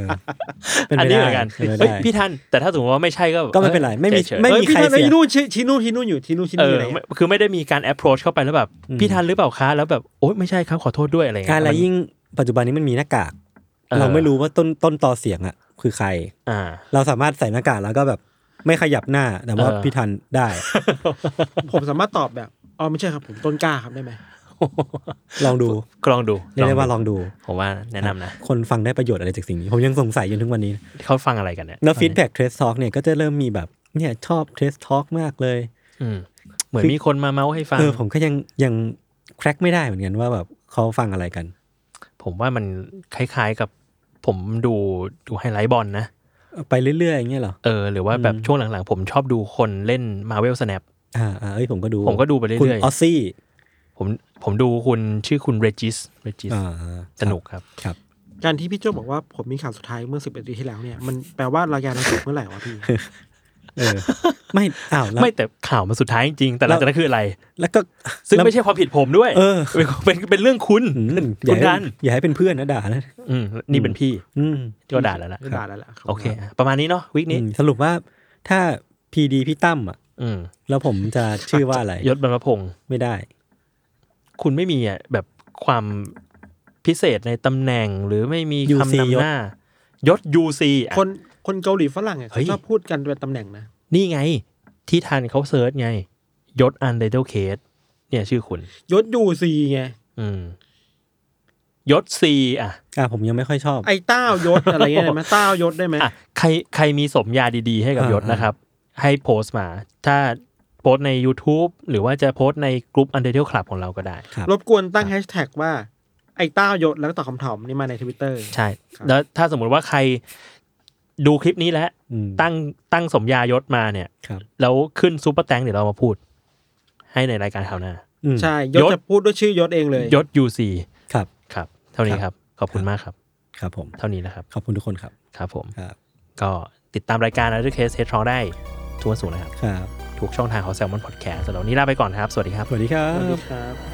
Speaker 2: เป็ไปได้
Speaker 3: อันนี้เหมือนกัน
Speaker 2: ป็ไป
Speaker 3: เฮ้ย
Speaker 2: ได้
Speaker 3: พี่ทันแต่ถ้าสมมติว่าไม่ใช่ก็
Speaker 2: ก็ไม่เป็นไรไม่มี
Speaker 3: ฉยๆ
Speaker 2: ไม่
Speaker 4: เฮ้ย
Speaker 2: มี
Speaker 4: พี่
Speaker 2: ใคร
Speaker 4: นั่น
Speaker 2: เสีย
Speaker 4: ไอ้นู่นชี้ชี้นู่นชี้นู่นอยู่ชี้นู่นชี้
Speaker 3: เออ
Speaker 4: นี่อะไรเงี้ย
Speaker 3: ไม่คือไม่ได้มีการ approach เข้าไปแล้วแบบพี่ทันหรือเปล่าคะแล้วแบบโอ๊ยไม่ใช่ครับขอโทษด้วยอะไรเงี้ย
Speaker 2: การอะไร
Speaker 3: มัน
Speaker 2: ยิ่งปัจจุบันนี้มันมีหน้ากาก
Speaker 3: เออ
Speaker 2: เราไม่รู้ว่าต้นต้นต่อเสียงอ่ะ คือใคร
Speaker 3: อ่า
Speaker 2: เราสามารถใส่หน้ากากแล้วก็แบบไม่ขยับหน้าแต่ว่า
Speaker 3: เออ
Speaker 2: พี่ทันได้
Speaker 4: ผมสามารถตอบแบบอ๋อไม่ใช่ครับผมต้นกล้าครับได้ไหม
Speaker 2: ลองดู
Speaker 3: ลองดู
Speaker 2: เรียกได้ว่าลองดู
Speaker 3: ผมว่าแนะนำนะ
Speaker 2: คนฟังได้ประโยชน์อะไรจากสิ่งนี้ ผมยังสงสัยจนถึงวันนี้
Speaker 3: เขาฟังอะไรกันเนี่ย
Speaker 2: แล้วฟีดแบ็กเทสทอ l k เนี่ยก็จะเริ่มมีแบบเนี่ยชอบเทสทอ l k มากเลย
Speaker 3: อืมเหมือนมีคนมาเมาส์ให้ฟัง
Speaker 2: เออผมก็ยังยังแคร็กไม่ได้เหมือนกันว่าแบบเขาฟังอะไรกัน
Speaker 3: ผมว่ามันคล้ายๆกับผมดูดูไฮไลท์บอลนะ
Speaker 2: ไปเรื่อยๆอย่างเงี้ยเหรอ
Speaker 3: เออหรือว่าแบบ
Speaker 2: อืม
Speaker 3: ช่วงหลังๆ ผมชอบดูคนเล่น Marvel Snap
Speaker 2: อ่าอ่าเอ้ยผมก็ดู
Speaker 3: ผมก็ดูไปเรื่
Speaker 2: คุณ
Speaker 3: อย
Speaker 2: ออซซี่
Speaker 3: ๆผมผมดูคุณชื่อคุณเรจิสเรจิส
Speaker 2: อ่า
Speaker 3: สนุกครับ
Speaker 2: ครับ
Speaker 4: การที่พี่โจ้บอกว่าผมมีข่าวสุดท้ายเมื่อสิบเอ็ดปีที่แล้วเนี่ยมันแปลว่ารายการเราจบเมื่อไหร่วะพี่
Speaker 2: เออไม่อ้าวแล้ว
Speaker 3: ไม่แต่ข่าวมันสุดท้ายจริงๆแต่หลังจากนั้นคืออะไร
Speaker 2: แล้วก็
Speaker 3: ซึ่ง
Speaker 2: แล้ว
Speaker 3: ไม่ใช่ความผิดผมด้วย
Speaker 2: เออ
Speaker 3: นเป็นเป็นเรื่องคุณ
Speaker 2: อืมอ
Speaker 3: คุ
Speaker 2: ย่า
Speaker 3: ณ
Speaker 2: ให้
Speaker 3: ดัน
Speaker 2: อย่าให้เป็นเพื่อนนะด่านะ
Speaker 3: อืมนี่เป็นพี่
Speaker 2: อืม
Speaker 3: ที่ว่าด่าแล้วล่ะ
Speaker 4: ด่าแล้วล่ะ
Speaker 3: โอเคอ่ะประมาณนี้เนาะวิกนี้
Speaker 2: อืมสรุปว่าถ้าพีดีพี่ตั้มอ่ะ
Speaker 3: อืม
Speaker 2: แล้วผมจะชื่อว่า อะไร
Speaker 3: ยศบรรพพงศ์
Speaker 2: ไม่ได้
Speaker 3: คุณไม่มีอ่ะแบบความพิเศษในตำแหน่งหรือไม่มี
Speaker 2: UC
Speaker 3: คำนำหน้ายศ UC อ่ะ
Speaker 4: คนคนเกาหลีฝรั่งอ่ะ
Speaker 3: เฮ้
Speaker 4: เขา
Speaker 3: ย
Speaker 4: ชอบพูดกันเป็นตำแหน่งนะ
Speaker 3: นี่ไง ที่ทันเขาเซิร์ชไง ยศอันเดอร์เคสเนี่ยชื่อคุณ
Speaker 4: ยศยูซีไง
Speaker 3: อืมยศ C อ่ะ
Speaker 2: อ่าผมยังไม่ค่อยชอบ
Speaker 4: ไอ้เต้ายศอะไรเงี้ยได้ไหมเต้ายศได้ไหม
Speaker 3: อ่ะใครใครมีสมญาดีๆ ให้กับ
Speaker 2: อ่าย
Speaker 3: ศนะครับ ให้โพสต์มา ถ้าโพสต์ใน YouTube หรือว่าจะโพสต์ในกลุ่ม u n d e r t a l e Club ของเราก็ได้
Speaker 2: ครับ
Speaker 4: รบกวนตั้งแฮชแท็กว่าไอ้เต้ายศแล้วก็ตอบคำถามนี่มาในทวิตเตอร์
Speaker 3: ใช่
Speaker 4: ครับ
Speaker 3: แล้วถ้าสมมุติว่าใครดูคลิปนี้แล้ว
Speaker 2: อืม
Speaker 3: ตั้งตั้งสมญายศมาเนี่ย
Speaker 2: ครับ
Speaker 3: แล้วขึ้นซูเปอร์แตงเดี๋ยวเรามาพูด ให้ในรายการข่าวหน้า
Speaker 2: อืม
Speaker 4: ใช่ยศ
Speaker 3: ยศ
Speaker 4: จะพูดด้วยชื่อยศเองเลย
Speaker 3: ยศ UC
Speaker 2: ครับ
Speaker 3: ครับ เท่านี้ครับ ขอบคุณมากครับ
Speaker 2: ครับผม
Speaker 3: เท่านี้นะครับ
Speaker 2: ขอบคุณทุกคนครับ
Speaker 3: ครับผม
Speaker 2: ครับ
Speaker 3: ก็ติดตามรายการ u n d e r t a l e Head ได้ทุกวันศุกร์นะครับ
Speaker 2: ครับ
Speaker 3: ทุกช่องทางของ Salmon Podcast สำหรับวันนี้ลาไปก่อนครับ สวัสดีครับ
Speaker 2: สวัสดีครั
Speaker 4: สวัส
Speaker 2: บ
Speaker 4: ดีครับ